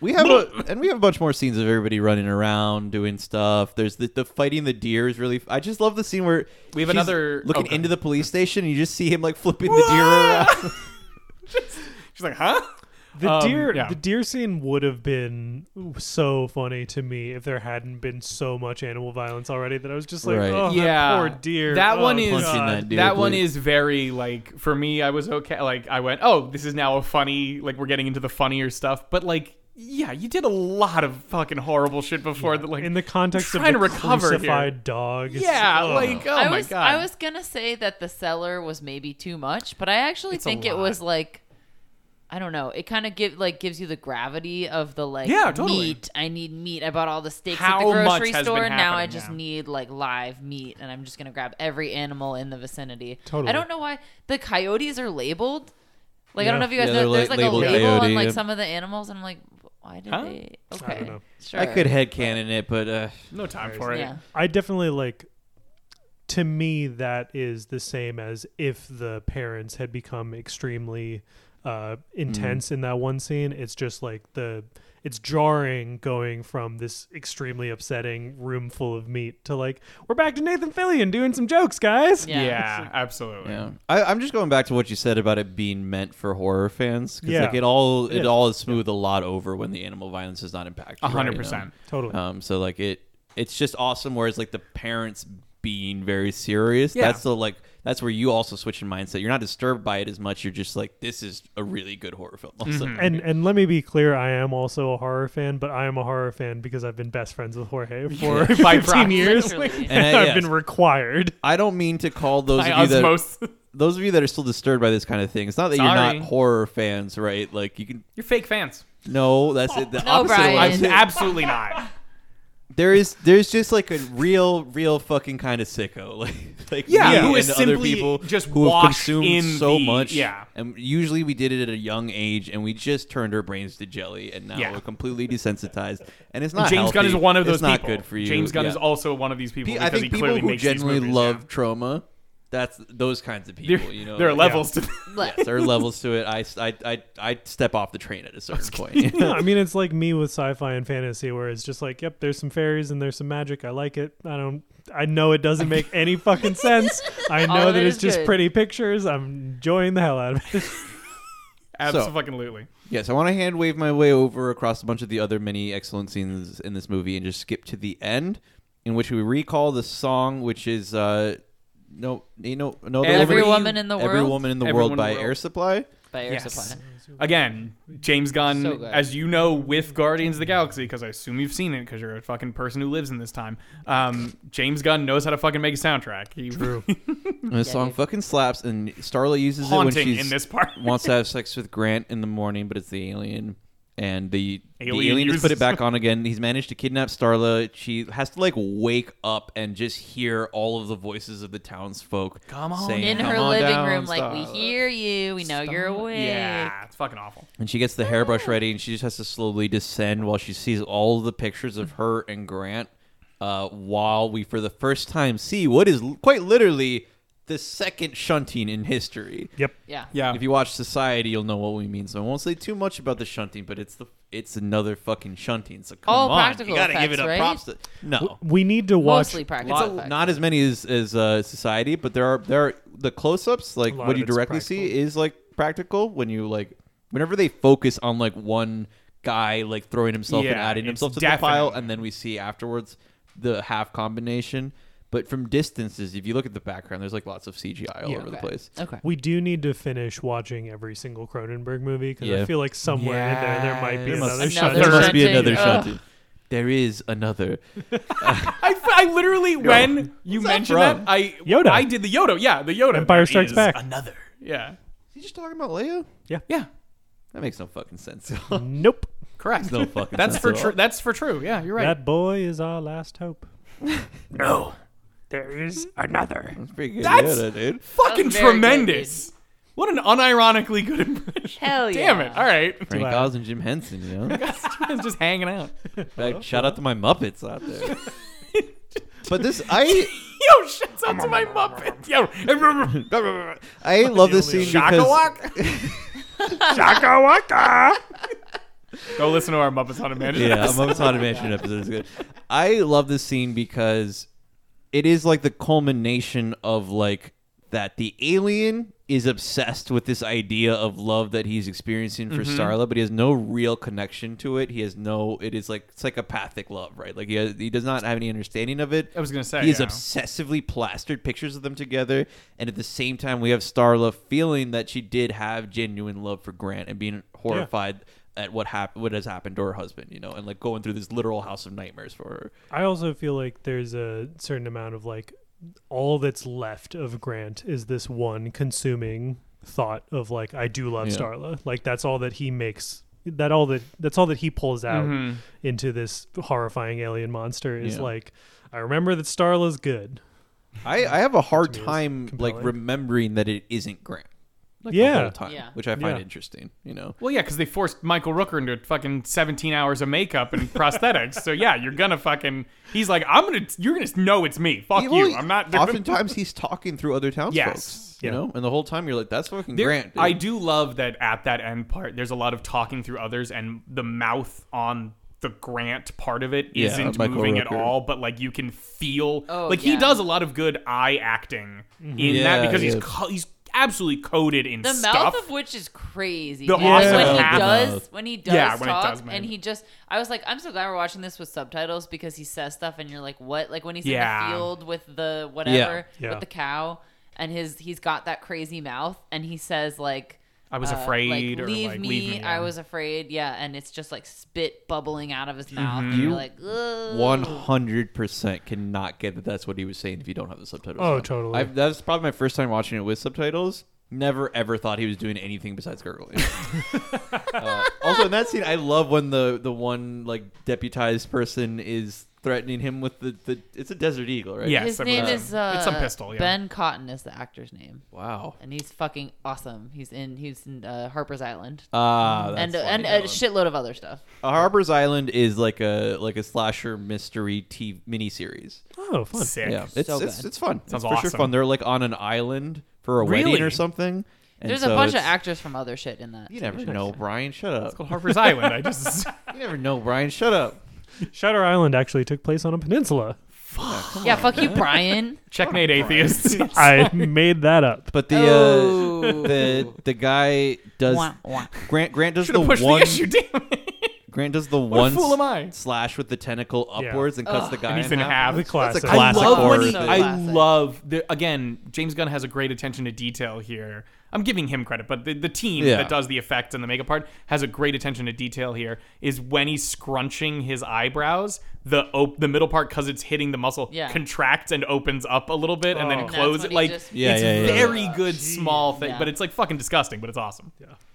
we have a, and we have a bunch more scenes of everybody running around doing stuff. There's the, the fighting the deer is really. I just love the scene where We have she's another- looking okay. into the police station. and You just see him like flipping the deer around. She's like, huh? The Um, deer, yeah. the deer scene would have been so funny to me if there hadn't been so much animal violence already. That I was just like, Right. oh, yeah, that poor deer. Oh, That one one is Punching that deer, that one please. is very like for me. I was okay. Like I went, oh, this is now a funny. Like we're getting into the funnier stuff. But like, yeah, you did a lot of fucking horrible shit before. That like in the context of trying the to recover here. crucified dog. it's- yeah, ugh. like oh I my was god, I was gonna say that the cellar was maybe too much, but I actually a think it lot. was like I don't know. It kind of give like gives you the gravity of the like Yeah, totally. meat. I need meat. I bought all the steaks How at the much grocery has store. been Now I happening, just yeah. need like live meat, and I'm just gonna grab every animal in the vicinity. Totally. I don't know why the coyotes are labeled. Like I don't Yeah. know if you Yeah, guys know. they're There's la- like a labeled label on coyote, like yep. some of the animals, and I'm like, why did Huh? they? Okay, don't know. sure. I could headcanon it, but uh, no time for it. Yeah. I definitely like. To me, that is the same as if the parents had become extremely uh, intense Mm. in that one scene. It's just like the it's jarring going from this extremely upsetting room full of meat to like we're back to Nathan Fillion doing some jokes, guys. Yeah, Yeah. absolutely. Yeah, I, I'm just going back to what you said about it being meant for horror fans. 'cause, Yeah. like it all It it, is. all is smooth a lot over when the animal violence is not impacted. A hundred you know? percent. Totally. Um, so like it, it's just awesome. Whereas like the parents being very serious, Yeah. that's the like that's where you also switch in mindset. You're not disturbed by it as much. You're just like, this is a really good horror film. Also. Mm-hmm. and and let me be clear, I am also a horror fan, but I am a horror fan because I've been best friends with Jorge for By 15 proxy. uh, years, Literally. and And I- yeah. I've been required. I don't mean to call those By of you that osmosis. those of you that are still disturbed by this kind of thing. It's not that Sorry. you're not horror fans, right? Like you can You're fake fans. no, that's it. The No, opposite. of what I'm Brian. saying. Absolutely not. there is there's just like a real real fucking kind of sicko like like Yeah, me who is and other simply people just who have washed consumed in so the- much yeah. and usually we did it at a young age and we just turned our brains to jelly and now Yeah. we're completely desensitized and it's not James Gunn is healthy. one of those it's not people. good for you James Gunn yeah. is also one of these people Pe- because I think he people clearly who makes genuinely these movies, love yeah. trauma that's those kinds of people There, you know there are like- levels to Look, Yes, there are levels to it. I, I, I, I step off the train at a certain point. No, I mean it's like me with sci-fi and fantasy, where it's just like, yep, there's some fairies and there's some magic. I like it. I don't. I know it doesn't make any fucking sense. I All know of that it it's is just good. pretty pictures. I'm enjoying the hell out of it. Absolutely. Yes, I want to hand wave my way over across a bunch of the other many excellent scenes in this movie and just skip to the end, in which we recall the song, which is uh, no, you know, no, Every Woman in the every World? woman in the Everyone world in the by World. Air Supply. by Air Yes. Supply. Again, James Gunn, So good. as you know, with Guardians of the Galaxy, because I assume you've seen it, because you're a fucking person who lives in this time. Um, James Gunn knows how to fucking make a soundtrack. He True. And the song dude. fucking slaps, and Starla uses it haunting when she's in this part. wants to have sex with Grant in the morning, but it's the alien. And the alien, the Alien alien has put it uses- back on again. He's managed to kidnap Starla. She has to like wake up and just hear all of the voices of the townsfolk. Come on saying, In "Come her on living down, room, like we Starla." hear you, we know you're awake. Yeah, it's fucking awful. And she gets the hairbrush Oh. ready, and she just has to slowly descend while she sees all the pictures of her and Grant. Uh, while we, for the first time, see what is l- quite literally the second shunting in history. yep. Yeah. Yeah. If you watch Society, you'll know what we mean. So I won't say too much about the shunting, but it's the it's another fucking shunting. So come All on, practical you gotta give effects, it up right? props. To, no, We need to watch. Mostly practical. Lot- effects. not as many as as uh, Society, but there are there are the close ups. Like A lot what of you it's directly see is like practical when you like whenever they focus on like one guy like throwing himself and Yeah, adding it's himself to definite. the pile, and then we see afterwards the half combination. But from distances, if you look at the background, there's like lots of CGI all over the Okay. place. Okay. We do need to finish watching every single Cronenberg movie because Yeah. I feel like somewhere in there there might be Yes. another, Another shot. shot. There must be shunting. another uh, Ugh. shunting. There is another. I, f- I literally when you that mentioned that, from? I Yoda. I did the Yoda. Yeah, the Yoda. Empire There Strikes is Back. Another. Yeah. Is he just talking about Leia? Yeah. That makes no fucking sense. Nope. Correct. no fucking that's sense for at true. all. That's for true. Yeah, you're right. That boy is our last hope. no. There is another. That's pretty good. That's- Yoda, dude. Fucking That was very good, tremendous. what an unironically good impression. Hell yeah. Damn it. All right. Frank Wow. Oz and Jim Henson, you know. It's just hanging out. Like, shout out to my Muppets out there. but this, I, Yo, shouts out to my Muppet. Yo, I love this scene because Shakawaka. Go listen to our Muppets on a Mansion. yeah, a Muppets Haunted Mansion episode is good. I love this scene because it is like the culmination of like that the alien is obsessed with this idea of love that he's experiencing for Mm-hmm. Starla, but he has no real connection to it. He has no. It is like psychopathic love, right? Like he has, he does not have any understanding of it. I was gonna say, he is yeah. obsessively plastered pictures of them together, and at the same time, we have Starla feeling that she did have genuine love for Grant and being horrified at what happened, what has happened to her husband, you know, and like going through this literal house of nightmares for her. I also feel like there's a certain amount of like all that's left of Grant is this one consuming thought of like I do love Yeah. Starla. Like that's all that he makes that all that that's all that he pulls out Mhm. into this horrifying alien monster is Yeah. like I remember that Starla's good. I, I have a hard To me, it's time like compelling. remembering that it isn't Grant. Like the Yeah. whole time, Yeah. which I find Yeah. interesting, you know. Well, yeah, because they forced Michael Rooker into fucking 17 hours of makeup and prosthetics. so yeah, you're gonna fucking. He's like, I'm gonna. You're gonna know it's me. Fuck Well, you. I'm not. they're gonna- Oftentimes he's talking through other townsfolk, Yes. you Yeah. know, and the whole time you're like, "That's fucking There- Grant." I dude. do love that at that end part. There's a lot of talking through others, and the mouth on the Grant part of it Yeah, isn't Michael moving at Rooker. all, but like you can feel Oh, like he yeah. does a lot of good eye acting in Mm-hmm. Yeah, that because yeah. he's co- he's absolutely coated in The stuff. mouth of which is crazy. The dude. awesome when he half does, mouth. when he does Yeah, talk, when it does, man. and he just, I was like, I'm so glad we're watching this with subtitles because he says stuff, and you're like, what? Like when he's Yeah. in the field with the whatever, Yeah. with the cow, and his he's got that crazy mouth, and he says like, I was uh, like, afraid, or leave like, me, leave me. I yeah. was afraid, yeah, and it's just like spit bubbling out of his mouth, Mm-hmm. and You- you're like, Ugh. One hundred percent cannot get that. That's what he was saying. If you don't have the subtitles, Oh, on. totally. I've, that was probably my first time watching it with subtitles. Never ever thought he was doing anything besides gurgling. uh, also, in that scene, I love when the the one like deputized person is threatening him with the, the it's a desert eagle, right? Yeah. Yes, His I'm name gonna- is uh, it's some pistol, yeah. Ben Cotton is the actor's name, Wow. and he's fucking awesome. He's in he's in uh, Harper's Island Ah, that's um, and uh, funny. and a shitload of other stuff. Uh, Harper's Island is like a like a slasher mystery TV miniseries. Oh, fun. Sick. Yeah, it's So it's, good. it's fun. Sounds it's for sure awesome. fun. They're like on an island for a Really? wedding or something. and There's so a bunch of it's- actors from other shit in that. You too, never which is know, fun. Brian. Shut It's called up. Harper's Island. I just You never know, Brian. Shut up. Shutter Island actually took place on a peninsula. Yeah, fuck you, Brian. checkmate atheists. I made that up. But the Oh. uh, the the guy does Wah, wah. Grant Grant does Should have the pushed one the issue. Damn it. Grant does the What one a fool s- am I? slash with the tentacle Yeah. upwards and cuts the guy And he's in half. The classic. That's a I classic I love when horror he, thing. I Classic. love the, again. James Gunn has a great attention to detail here. I'm giving him credit, but the, the team Yeah. that does the effects and the makeup part has a great attention to detail here. Is when he's scrunching his eyebrows, the op- the middle part because it's hitting the muscle Yeah. contracts and opens up a little bit, and Oh. then That's closes when it. he Like just- Yeah, it's yeah, yeah. very Yeah. good small thing, Yeah. but it's like fucking disgusting, but it's awesome.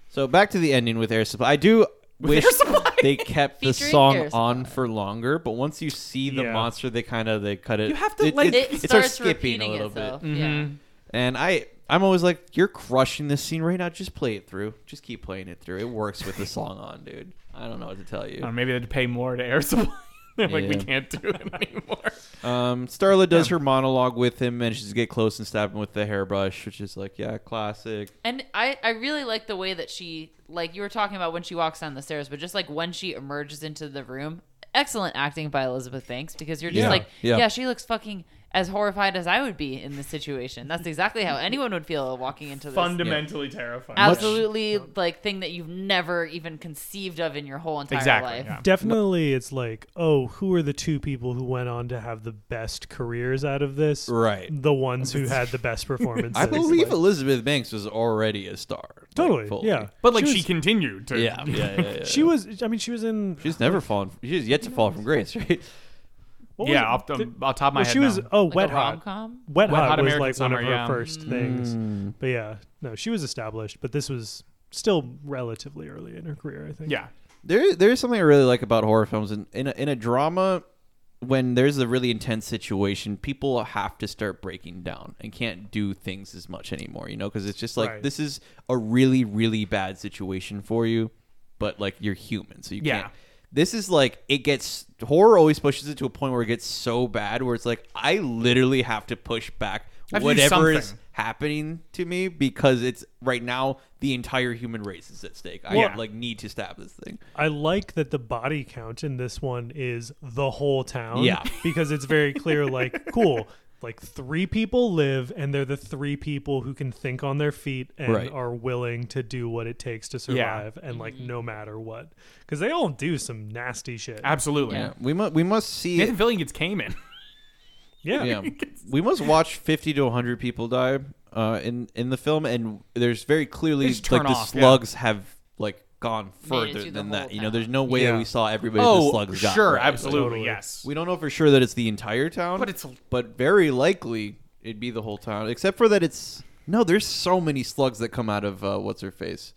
So back to the ending with air supply. I do wish Air Supply. they kept the Featuring song Air on for longer, but once you see the Yeah. monster, they kind of they cut it. You have to, it, like- it, It, it starts starts skipping a repeating little itself. bit. Mm. Mm-hmm. Yeah. And I I'm always like, you're crushing this scene right now. Just play it through. Just keep playing it through. It works with the song on, dude. I don't know what to tell you. Or maybe they'd pay more to air supply. They're like, we Yeah. can't do it anymore. Um, Starla does her monologue with him, and she's get close and stab him with the hairbrush, which is like, yeah, classic. And I, I really like the way that she, like you were talking about when she walks down the stairs, but just like when she emerges into the room, excellent acting by Elizabeth Banks because you're just Yeah, like, yeah. yeah. she looks fucking as horrified as I would be in this situation. That's exactly how anyone would feel walking into this Fundamentally terrifying. absolutely like thing that you've never even conceived of in your whole entire Exactly, life. yeah. Definitely, it's like, oh, who are the two people who went on to have the best careers out of this? Right. The ones who had the best performances. I believe Elizabeth Banks was already a star. like, Totally. fully. Yeah. But like she, she, was, continued to Yeah, yeah, yeah, yeah. she was. I mean, she was in. She's never fallen. She's yet to fall from grace, right? What yeah, was it? off the, Th- off top of my well, head. she was. no. Oh, Like Wet a Hot. rom com. Wet, Wet Hot, Hot was American like Summer, one of her yeah. first Mm. things. But yeah, no, she was established. But this was still relatively early in her career. I think. yeah. There, there is something I really like about horror films. In in a, in a drama, when there's a really intense situation, people have to start breaking down and can't do things as much anymore. You know, because it's just like Right. this is a really, really bad situation for you, but like you're human, so you Yeah. can't. This is like it gets horror always pushes it to a point where it gets so bad where it's like I literally have to push back have to do whatever is something. happening to me because it's right now the entire human race is at stake. I Yeah. like need to stab this thing. I like that the body count in this one is the whole town. Yeah. Because it's very clear, like, cool, like three people live and they're the three people who can think on their feet and Right. are willing to do what it takes to survive and Mm-hmm. like no matter what. Because they all do some nasty shit. Absolutely. Yeah, we must we must see. Nathan Fillion gets Cayman. yeah. yeah, we must watch fifty to hundred people die uh, in in the film, and there's very clearly They like just the turn off, yeah. slugs have like gone Made it further to the than whole that. You know, town. there's no way Yeah. that we saw everybody. the Oh, slugs got, sure, right? Like, absolutely, Totally. yes. we don't know for sure that it's the entire town, But it's- but very likely it'd be the whole town, except for that it's no. There's so many slugs that come out of uh, what's her face.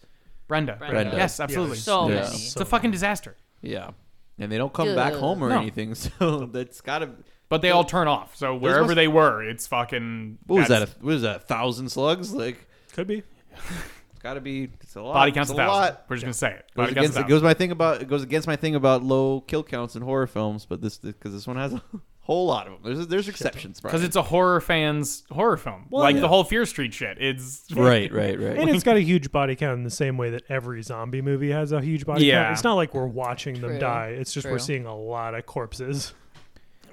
Brenda. Brenda. Yes, absolutely. So Yeah. many. it's a fucking disaster. Yeah, and they don't come back Ugh. home or No. anything, so that's gotta. But they all turn off. So wherever must- they were, it's fucking. What was that? that's- A, what was that? A thousand slugs? Like, Could be. it's gotta be. It's a lot. Body counts it's a a thousand. lot. We're just gonna say it. goes Body counts against a it thousand. goes my thing about it goes against my thing about low kill counts in horror films, but this because this one has a whole lot of them. There's there's exceptions, Because it's a horror fans horror film, like the whole Fear Street shit. It's right, right, right. And it's got a huge body count in the same way that every zombie movie has a huge body Yeah. count. It's not like we're watching them True. die. It's just we're True. seeing a lot of corpses.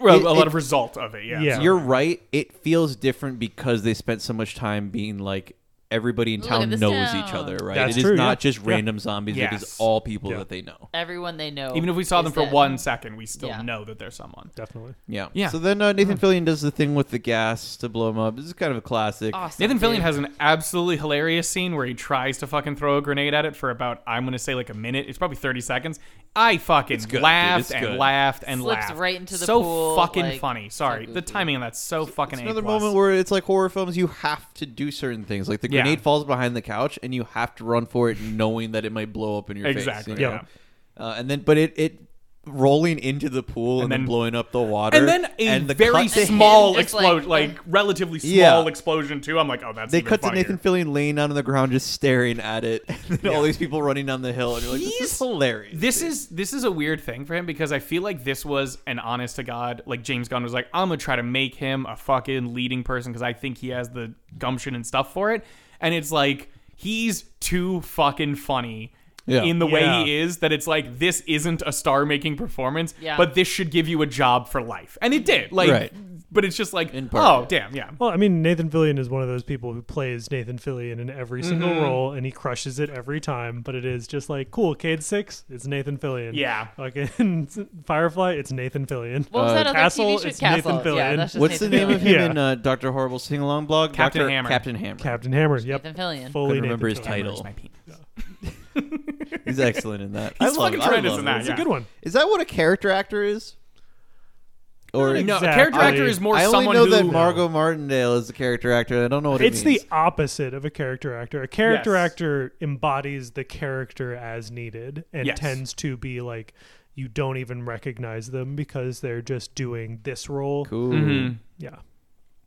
Well, It- a lot it- of result of it. Yeah. Yeah. So- You're right. It feels different because they spent so much time being like everybody in Look town at this knows town. each other, right? That's it is true, not yeah. just Yeah. random zombies. It is Yes. all people Yeah. that they know. Everyone they know. Even if we saw is them for dead. one second, we still Yeah. know that there's someone. Definitely. Yeah. Yeah. Mm. So then uh, Nathan Fillion does the thing with the gas to blow him up. This is kind of a classic. Awesome, Nathan Fillion dude. has an absolutely hilarious scene where he tries to fucking throw a grenade at it for about I'm gonna say like a minute. It's probably 30 seconds. I fucking good, dude. laughed It's and good. laughed and Slips laughed. right into the so pool, fucking like, funny. so Sorry, the goofy. timing on that's so fucking. It's another A+. moment where it's like horror films. You have to do certain things. Like the Yeah. grenade falls behind the couch, and you have to run for it, knowing that it might blow up in your Exactly, face. you know? yeah. Uh, and then, but it it rolling into the pool and, then, then- blowing up the water, and then a and the very cut to him- small It's like- explosion, like, relatively small Yeah. explosion too. I'm like, oh, that's They even cut to funnier. Nathan Fillion laying down on the ground, just staring at it, and then all these people running down the hill, and you're like, "This is He's- hilarious." This is this is a weird thing for him because I feel like this was an honest to god like James Gunn was like I'm gonna try to make him a fucking leading person because I think he has the gumption and stuff for it, and it's like he's too fucking funny. Yeah. In the way Yeah. he is, that it's like this isn't a star-making performance, Yeah. but this should give you a job for life, and it did. Like, Right. but it's just like, In part, oh yeah. damn, yeah. Well, I mean, Nathan Fillion is one of those people who plays Nathan Fillion in every single Mm-hmm. role, and he crushes it every time. But it is just like, cool, Cade Six, it's Nathan Fillion. Yeah. Fucking Firefly, it's Nathan Fillion. What was that Uh, other Castle, TV show? it's Nathan Castle. Yeah, Fillion. that's just What's the name Nathan Fillion. of him Yeah. in uh, Doctor Horrible sing along blog? Captain Dr. Hammer. Captain Hammer. Uh, Captain Hammer. Yep. Nathan Fillion. Fully Couldn't remember his Nathan Fillion. title. Where's my penis? He's excellent in that. I He's love, fucking I tremendous love in that, it. It's a good one. Is that what a character actor is? Or Not No, a Exactly. character actor is more I only someone know who that Margot Martindale is a character actor. I don't know what It's it means. the opposite of a character actor. A character Yes. actor embodies the character as needed and Yes. tends to be like you don't even recognize them because they're just doing this role. cool. Mm-hmm. Yeah.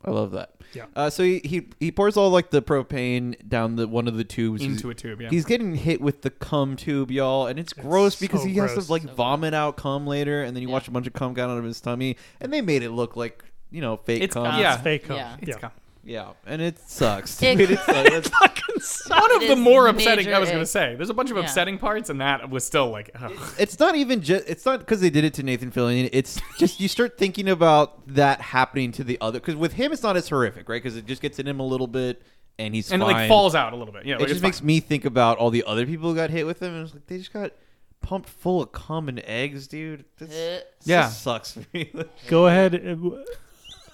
I love that. Yeah. Uh, so he, he he pours all like the propane down the one of the tubes into a He's- tube. Yeah. He's getting hit with the cum tube, y'all, and it's, gross because so he has gross. to like vomit out cum later, and then you watch a bunch of cum come out of his tummy, and they made it look like you know fake It's cum. cum. It's Yeah. fake. huh? Yeah. Yeah. It's com- yeah, and it sucks. It- Dude, it sucks. That's- One of It the is more upsetting. major I was going ick. to say, there's a bunch of Yeah. upsetting parts, and that was still like, ugh. it's not even just it's not because they did it to nathan fillion it's just you start thinking about that happening to the other because with him it's not as horrific right because it just gets in him a little bit and he's and it fine. like falls out a little bit. Yeah, it like, just it's makes fine. me think about all the other people who got hit with him and it's like they just got pumped full of cum and eggs dude this, this Yeah. just sucks for me Go ahead. uh, w-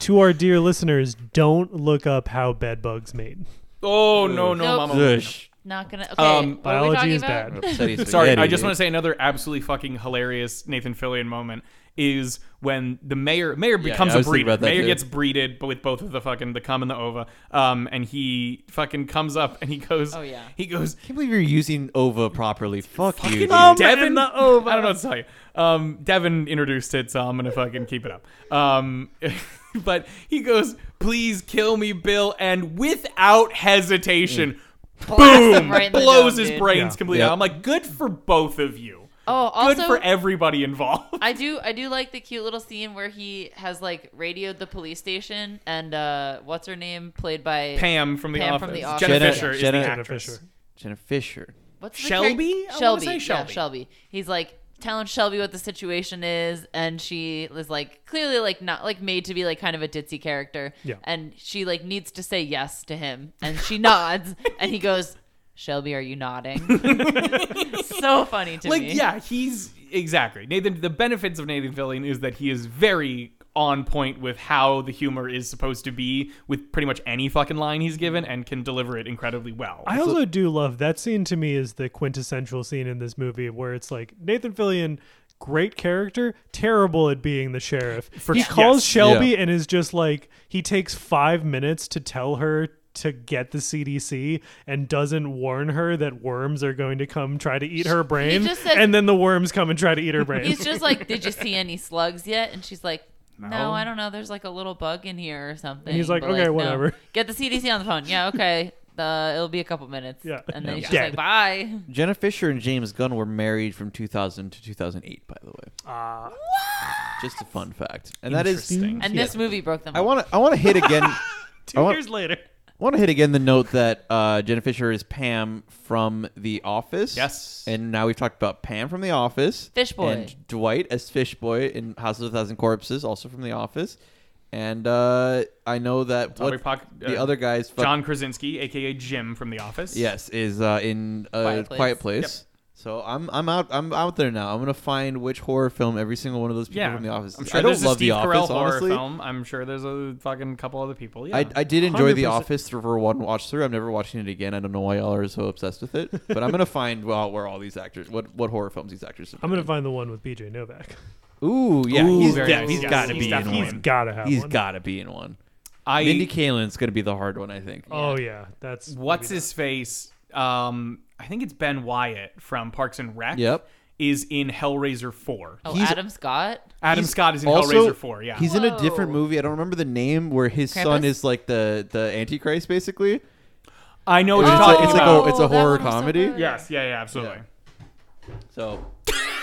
To our dear listeners, don't look up how bed bugs made. Oh no, no, Nope. mama. Zush. Not gonna. Okay, Um, what are we biology talking is about? bad. Said he's Sorry, spaghetti, I just dude. want to say another absolutely fucking hilarious Nathan Fillion moment is when the mayor mayor becomes I a was thinking breeder. about that Mayor too. gets breeded, but with both of the fucking the cum and the ova. Um, and he fucking comes up and he goes. Oh, yeah. He goes. I can't believe you're using ova properly fuck you dude. Um, Devin, and the ova. I don't know what to tell you. Um, Devin introduced it, so I'm gonna fucking keep it up. Um, but he goes, "Please kill me, Bill," and without hesitation, boom, right in the blows dome, his dude. brains Yeah. completely Yep. out. I'm like, good for both of you. Oh, good also- for everybody involved. I do. I do like the cute little scene where he has like radioed the police station, and uh, what's her name, played by Pam from the Pam office. from The Office. Jenna, Jenna- Fisher is Jenna- the Jenna actress. Fisher. jenna fisher What's the Shelby? character- I wanna Shelby. say yeah, Shelby. Shelby. He's like telling Shelby what the situation is, and she is like clearly like not like made to be like kind of a ditzy character. Yeah. And she like needs to say yes to him, and she nods, and he goes, "Shelby, are you nodding?" so funny to Like, me. yeah, he's exactly Nathan. The benefits of Nathan Fillion is that he is very on point with how the humor is supposed to be with pretty much any fucking line he's given and can deliver it incredibly well. I also do love that scene to me is the quintessential scene in this movie where it's like Nathan Fillion, great character, terrible at being the sheriff. he calls yes. Shelby Yeah. and is just like he takes five minutes to tell her to get the CDC and doesn't warn her that worms are going to come try to eat her brain. just says- and then the worms come and try to eat her brain. He's just like, "Did you see any slugs yet?" And she's like, "No, No. I don't know. There's like a little bug in here or something." he's like, But, "Okay, no. whatever." Get the CDC on the phone. Yeah, okay. Uh, it'll be a couple minutes. Yeah. And then Yeah. he's just like, Dead. "Bye." jenna fisher and james gunn were married from 2000 to 2008 by the way Ah. just a fun fact and that is Interesting. And Yeah. this movie broke them. I up. want to. I want to hit again. two I want- years later. want to hit again the note that uh, Jenna Fisher is Pam from The Office. Yes. And now we've talked about Pam from The Office, Fish Boy. and Dwight as Fish Boy in House of a Thousand Corpses, also from The Office. And uh, I know that Tommy what Poc- the uh, other guys, fuck- John Krasinski, aka Jim from The Office. yes, is uh, in uh, Quiet Quiet Place. Place. So I'm I'm out I'm out there now. I'm gonna find which horror film every single one of those people Yeah. from The Office. I'm is. sure I don't there's love a Steve The Carell Office, horror honestly. film. I'm sure there's a fucking couple other people. Yeah. I, I did enjoy The 100%. Office for one watch through. I'm never watching it again. I don't know why y'all are so obsessed with it, but I'm gonna find well, where all these actors, what what horror films these actors. Have I'm been gonna find the one with BJ Novak. in. Ooh, yeah, Ooh, he's, very yeah, cool. he's Yes, got to he's be in definitely- He's one. gotta have He's one. got to be in one. I- Mindy Kaling's gonna be the hard one, I think. Oh yeah, that's what's maybe his face? Um, I think it's Ben Wyatt from Parks and Rec. Yep. is in Hellraiser 4. Oh, He's- Adam Scott. Adam He's Scott is in also- Hellraiser 4, yeah. He's in a different Whoa. movie. I don't remember the name where his son Krampus? is like the the Antichrist, basically. I know what It's you're like- talking it's like about. a- it's a Oh, that horror one was so comedy? good. yes, yeah, yeah, absolutely. Yeah. So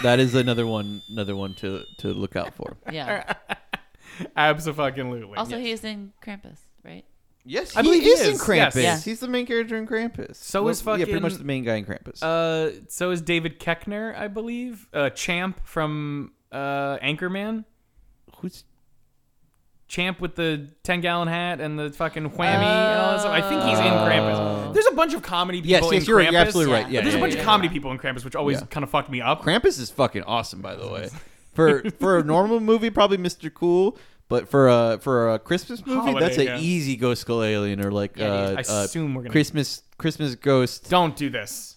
that is another one, another one to to look out for. Yeah. Absolutely. Also, he is in Krampus, right? Yes, I he believe he is, in is. Krampus. Yes. Yeah. He's the main character in Krampus. So is yeah, pretty much fucking- the main guy in Krampus. Uh, so is David Keckner, I believe, uh, Champ from uh, Anchorman. Who's Champ with the ten gallon hat and the fucking whammy and all that stuff. I think he's in Krampus. There's a bunch of comedy people. yes, in yes, you're, Krampus. you're absolutely right. Yeah. Yeah, But there's yeah, a bunch yeah, of comedy people in Krampus, which always Yeah. kind of fucked me up. Krampus is fucking awesome, by the way. For for a normal movie, probably Mr. Cool, but for a for a Christmas movie, Holiday, that's an yeah. easy Ghost Skull Alien or like Yeah, uh, I uh, assume we're gonna- Christmas Christmas Ghost Don't do this.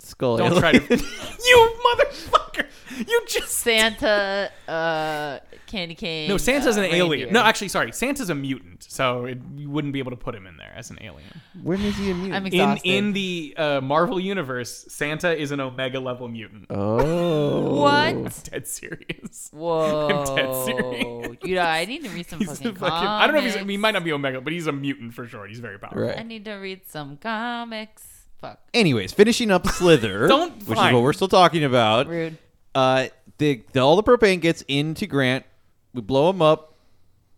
Skull Don't Alien. try to. you motherfucker! You just Santa, uh, Candy Cane. no. Santa's uh, an alien. reindeer. No, actually, sorry. Santa's a mutant, so it, you wouldn't be able to put him in there as an alien. when is he immune? I'm In exhausted. in the uh, Marvel universe, Santa is an Omega level mutant. oh, what? Dead serious. Whoa! I'm dead serious. You know, I need to read some He's a fucking, fucking, I don't know if he's. He comics. might not be Omega, but he's a mutant for sure. He's very powerful. I Right. need to read some comics. Fuck. Anyways, finishing up Slither, Don't- which is fine. what we're still talking about. Rude. Uh, the, the all the propane gets into Grant. We blow him up.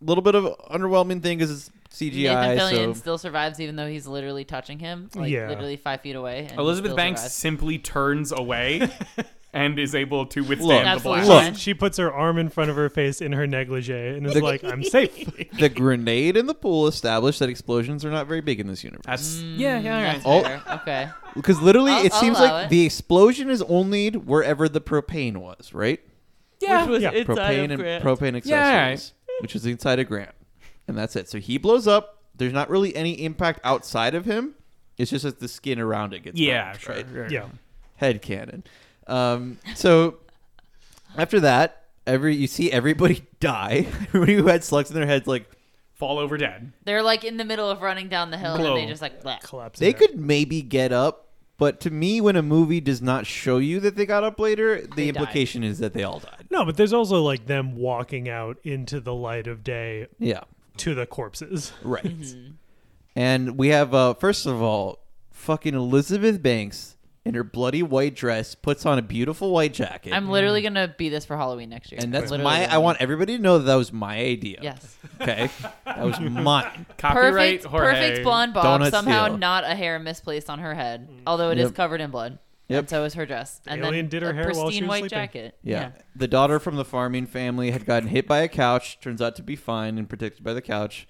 A little bit of underwhelming thing because it's CGI. Nathan Fillion so still survives even though he's literally touching him, like Yeah. literally five feet away. and Elizabeth still Banks survives. simply turns away and is able to Look, withstand the Absolutely blast. Look. fine. She puts her arm in front of her face in her negligee and is The- like, "I'm safe." the grenade in the pool established that explosions are not very big in this universe. That's yeah, yeah, all right. Mm, That's Oh. fair. Okay. Because literally, I'll- it I'll seems allow like it. the explosion is only wherever the propane was, right? Yeah. Which was Yeah. inside propane of and Grant. propane accessories, Yeah, all which is inside of Grant, and that's it. So he blows up. There's not really any impact outside of him. It's just that the skin around it gets Yeah, burnt, sure. right? sure. yeah. head cannon. Um, so after that, every you see everybody die. Everybody who had slugs in their heads, like Fall over dead. They're like in the middle of running down the hill Blow. and they just like bleh. Collapse. they could maybe get up, but to me, when a movie does not show you that they got up later, the They died. implication is that they all died. No, but there's also like them walking out into the light of day Yeah, to the corpses. right. Mm-hmm. And we have uh, first of all, fucking Elizabeth Banks in her bloody white dress puts on a beautiful white jacket. I'm literally gonna be this for Halloween next year. and that's Literally my. gonna I be- want everybody to know that that was my idea. Yes. Okay. That was mine. Copyright Perfect, Jorge. perfect blonde bob. Donut somehow seal. not a hair misplaced on her head, although it is Yep. covered in blood. Yep. And so is her dress. and Mm. alien then did her a hair while she pristine was white sleeping. jacket. Yeah. The daughter from the farming family had gotten hit by a couch, turns out to be fine and protected by the couch.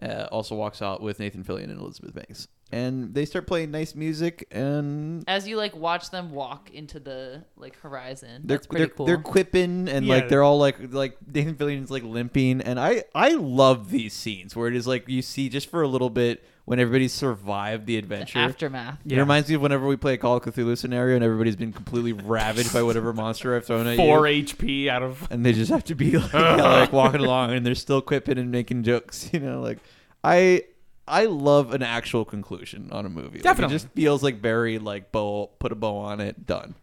Uh, also walks out with Nathan Fillion and Elizabeth Banks. And they start playing nice music and As you like watch them walk into the like horizon, they're that's pretty they're, cool. they're quipping and Yeah. like they're all like like Nathan Fillion's like limping and I I love these scenes where it is like you see just for a little bit when everybody's survived the adventure. Aftermath. It reminds me of whenever we play a Call of Cthulhu scenario and everybody's been completely ravaged by whatever monster I've thrown at you. Four HP out of and they just have to be like, yeah, like walking along and they're still quipping and making jokes you know like i i love an actual conclusion on a movie Like, Definitely. it just feels like very like bow put a bow on it done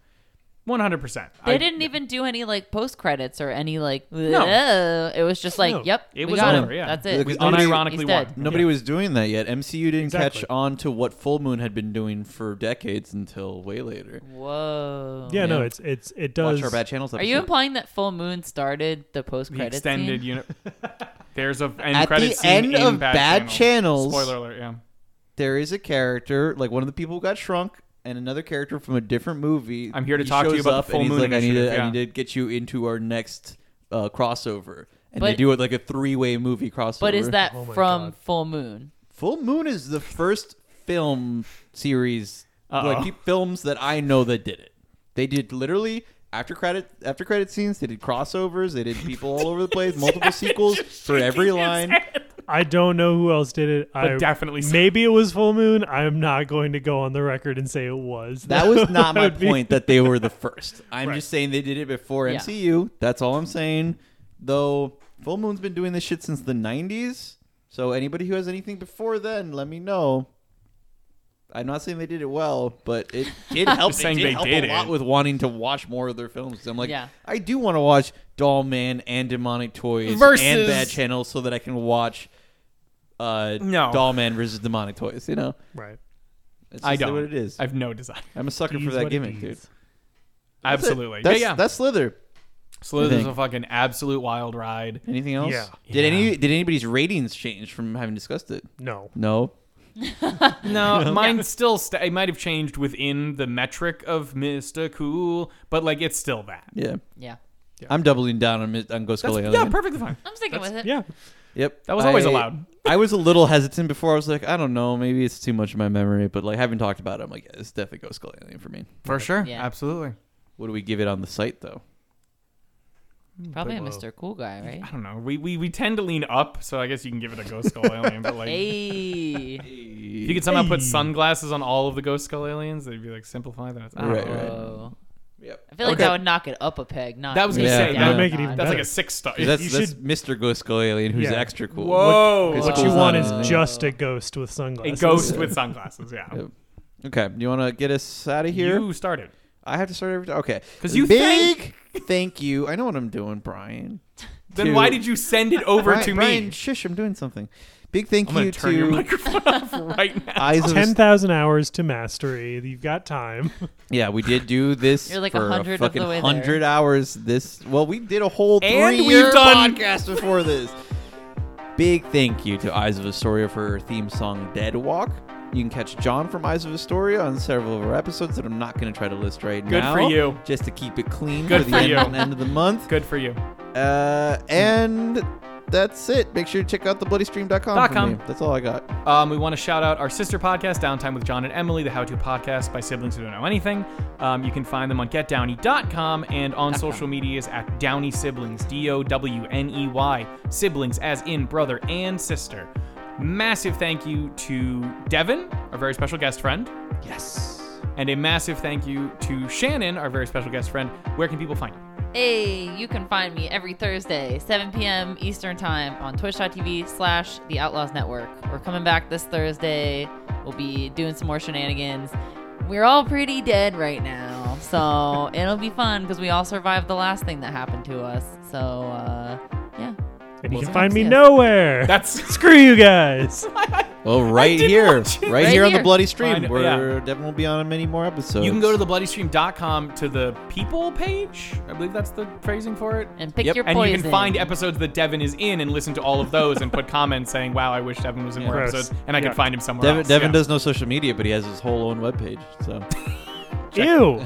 one hundred percent. They didn't even do any like post credits or any like. No. "Ugh." It was just like, No. yep, It we was got over, him. yeah. That's It it. was He's unironically dead. won. nobody was doing that yet mcu didn't Exactly. catch on to what full moon had been doing for decades until way later Oh, Whoa. Yeah, no, Yeah. it's it's it watch does. our bad channels Are episode. you implying that Full Moon started the post the credits extended unit. There's a end At credit the scene end in of Bad, Bad Channel. Channels- Spoiler alert. Yeah. there is a character like one of the people who got shrunk and another character from a different movie. I'm here to he talk to you shows about the up and Full he's Moon like, I need, to, Initiative, I yeah. need to get you into our next uh, crossover, and they But- do it like a three way movie crossover. But is that Oh my from God. Full Moon? Full Moon is the first film series Uh-oh. like pe- films that I know that did it. They did literally. After credit, after credit scenes, they did crossovers. They did people all over the place, multiple sequels for every line. I don't know who else did it. I definitely some- maybe it was full moon. I'm not going to go on the record and say it was. That was not my would be- point that they were the first. I'm Right. just saying they did it before Yeah. MCU. That's all I'm saying. Though Full Moon's been doing this shit since the 90s. So anybody who has anything before then, let me know. I'm not saying they did it well, but it did help. Saying it did they help did a lot it. with wanting to watch more of their films. 'Cause I'm like, Yeah. I do want to watch Doll Man and Demonic Toys and Versus- Bad Channel so that I can watch uh, No. Doll Man versus Demonic Toys. You know, Right. it's I just don't. what it is. I have no desire. I'm a sucker for D's that what it gimmick, dude. is. That's it. Absolutely. That's, yeah, yeah. that's Slither. Slither's thing. a fucking absolute wild ride. Anything else? Yeah. Did Yeah. any did anybody's ratings change from having discussed it? No. No. No, mine still st- it might have changed within the metric of Mr. Cool, but like it's still that. Yeah. Yeah. I'm doubling down on, mi- on Ghost That's, Gully. yeah, perfectly fine. I'm sticking with it. Yeah. Yep. That was always I- allowed. I was a little hesitant before. I was like, I don't know, maybe it's too much in my memory, but like having talked about it, I'm like, yeah, it's definitely Ghost Skull Alien for me. For sure. Yeah. Absolutely. What do we give it on the site though? Probably a Whoa. Mr. Cool guy, right? I don't know. We, we we tend to lean up, so I guess you can give it a ghost skull alien. But like, Hey. if you could somehow put sunglasses on all of the ghost skull aliens, they'd be like simplify that. I don't Right, know. right. Whoa. Yep. I feel like Okay. that would knock it up a peg. Not That was gonna Yeah, say that yeah. That'd make it even That's better. like a six star. That's, You that's Mr. Ghost Skull Alien, who's Yeah. extra cool. Whoa! What- What Cool. you Cool. want Cool. is Cool. just a ghost with a sunglasses. ghost with sunglasses. Yeah. Yep. Okay, do you want to get us out of here? You started. I have to start every time. Okay, 'Cause you big thank you. I know what I'm doing, Brian. Then To- why did you send it over Brian, to me? Brian, shush, I'm doing something. Big thank I'm you gonna turn your to microphone off right now. Eyes of a Ten thousand hours to mastery. You've got time. Yeah, we did do this You're like for 100 of the fucking way there. hundred hours. This well, we did a whole And three year we've done- podcast before this. Big thank you to Eyes of Astoria for her theme song "Dead Walk." You can catch John from Eyes of Astoria on several of our episodes that I'm not going to try to list right Good now. for you. just to keep it clean Good for for the end, you. end of the month. Good for you. Uh, and that's it. Make sure you check out thebloodystream.com. Dot For com. me. That's all I got. Um, we want to shout out our sister podcast, Downtime with John and Emily, the How To Podcast by siblings who don't know anything. Um, you can find them on getdowny.com and on social medias at Downey Siblings, D O W N E Y, siblings as in brother and sister. Massive thank you to Devin, our very special guest friend, Yes. and a massive thank you to Shannon, our very special guest friend. Where can people find you? Hey, you can find me every Thursday, 7 p.m. Eastern Time on twitch.tv slash The Outlaws Network. We're coming back this Thursday. We'll be doing some more shenanigans. We're all pretty dead right now, so it'll be fun because we all survived the last thing that happened to us. So, uh, yeah. And you Well, can find me yeah. nowhere. That's Screw you guys. Well, right did here, watch right, it. Right here on the here. bloody stream, Find- where yeah. Devin will be on many more episodes. You can go to thebloodystream.com to the people page. I believe that's the phrasing for it. And pick Yep, your And poison. you can find episodes that Devin is in and listen to all of those and put comments saying, wow, I wish Devin was in more Gross. episodes and I Yeah. could find him somewhere Devin, else. Devin Yeah. does no social media, but he has his whole own webpage. So, Ew.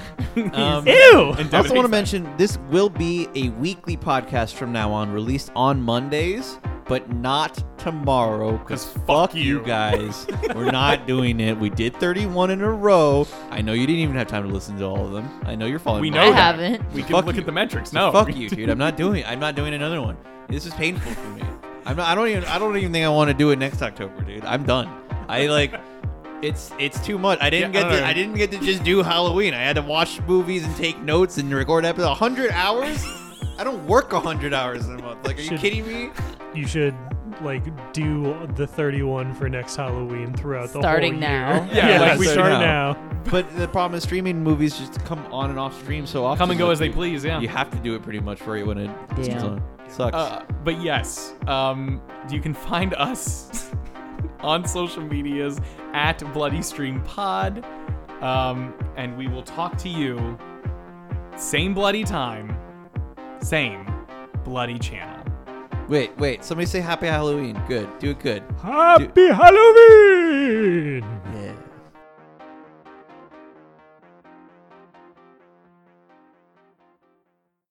um, And Ew. I also Devin hates want to mention this will be a weekly podcast from now on, released on Mondays, but not tomorrow. 'Cause Because fuck fuck you you. guys, we're not doing it. We did 31 in a row. I know you didn't even have time to listen to all of them. I know you're that. following. We my know I that. haven't. We can Fuck look you. at the metrics. So No. fuck you, dude. I'm not doing. I'm not doing another one. This is painful for me. I'm not, I don't even. I don't even think I want to do it next October, dude. I'm done. I like. It's it's too much. I didn't Yeah, I get don't to, know. I didn't get to just do Halloween. I had to watch movies and take notes and record episodes. hundred hours. I don't work hundred hours in a month. Like, are you Should- kidding me? You should like do the 31 for next Halloween throughout the Starting whole now. year. Yeah, like we so start now. now. But the problem is streaming movies just come on and off stream so often. Come and go that as they you- please, yeah. You have to do it pretty much for you when it Yeah. comes on. Sucks. Uh, but yes, um, you can find us on social medias at Bloody Stream Pod. Um, and we will talk to you same bloody time, same bloody channel. wait, wait. Somebody say Happy Halloween. Good. Do it good. Happy Halloween.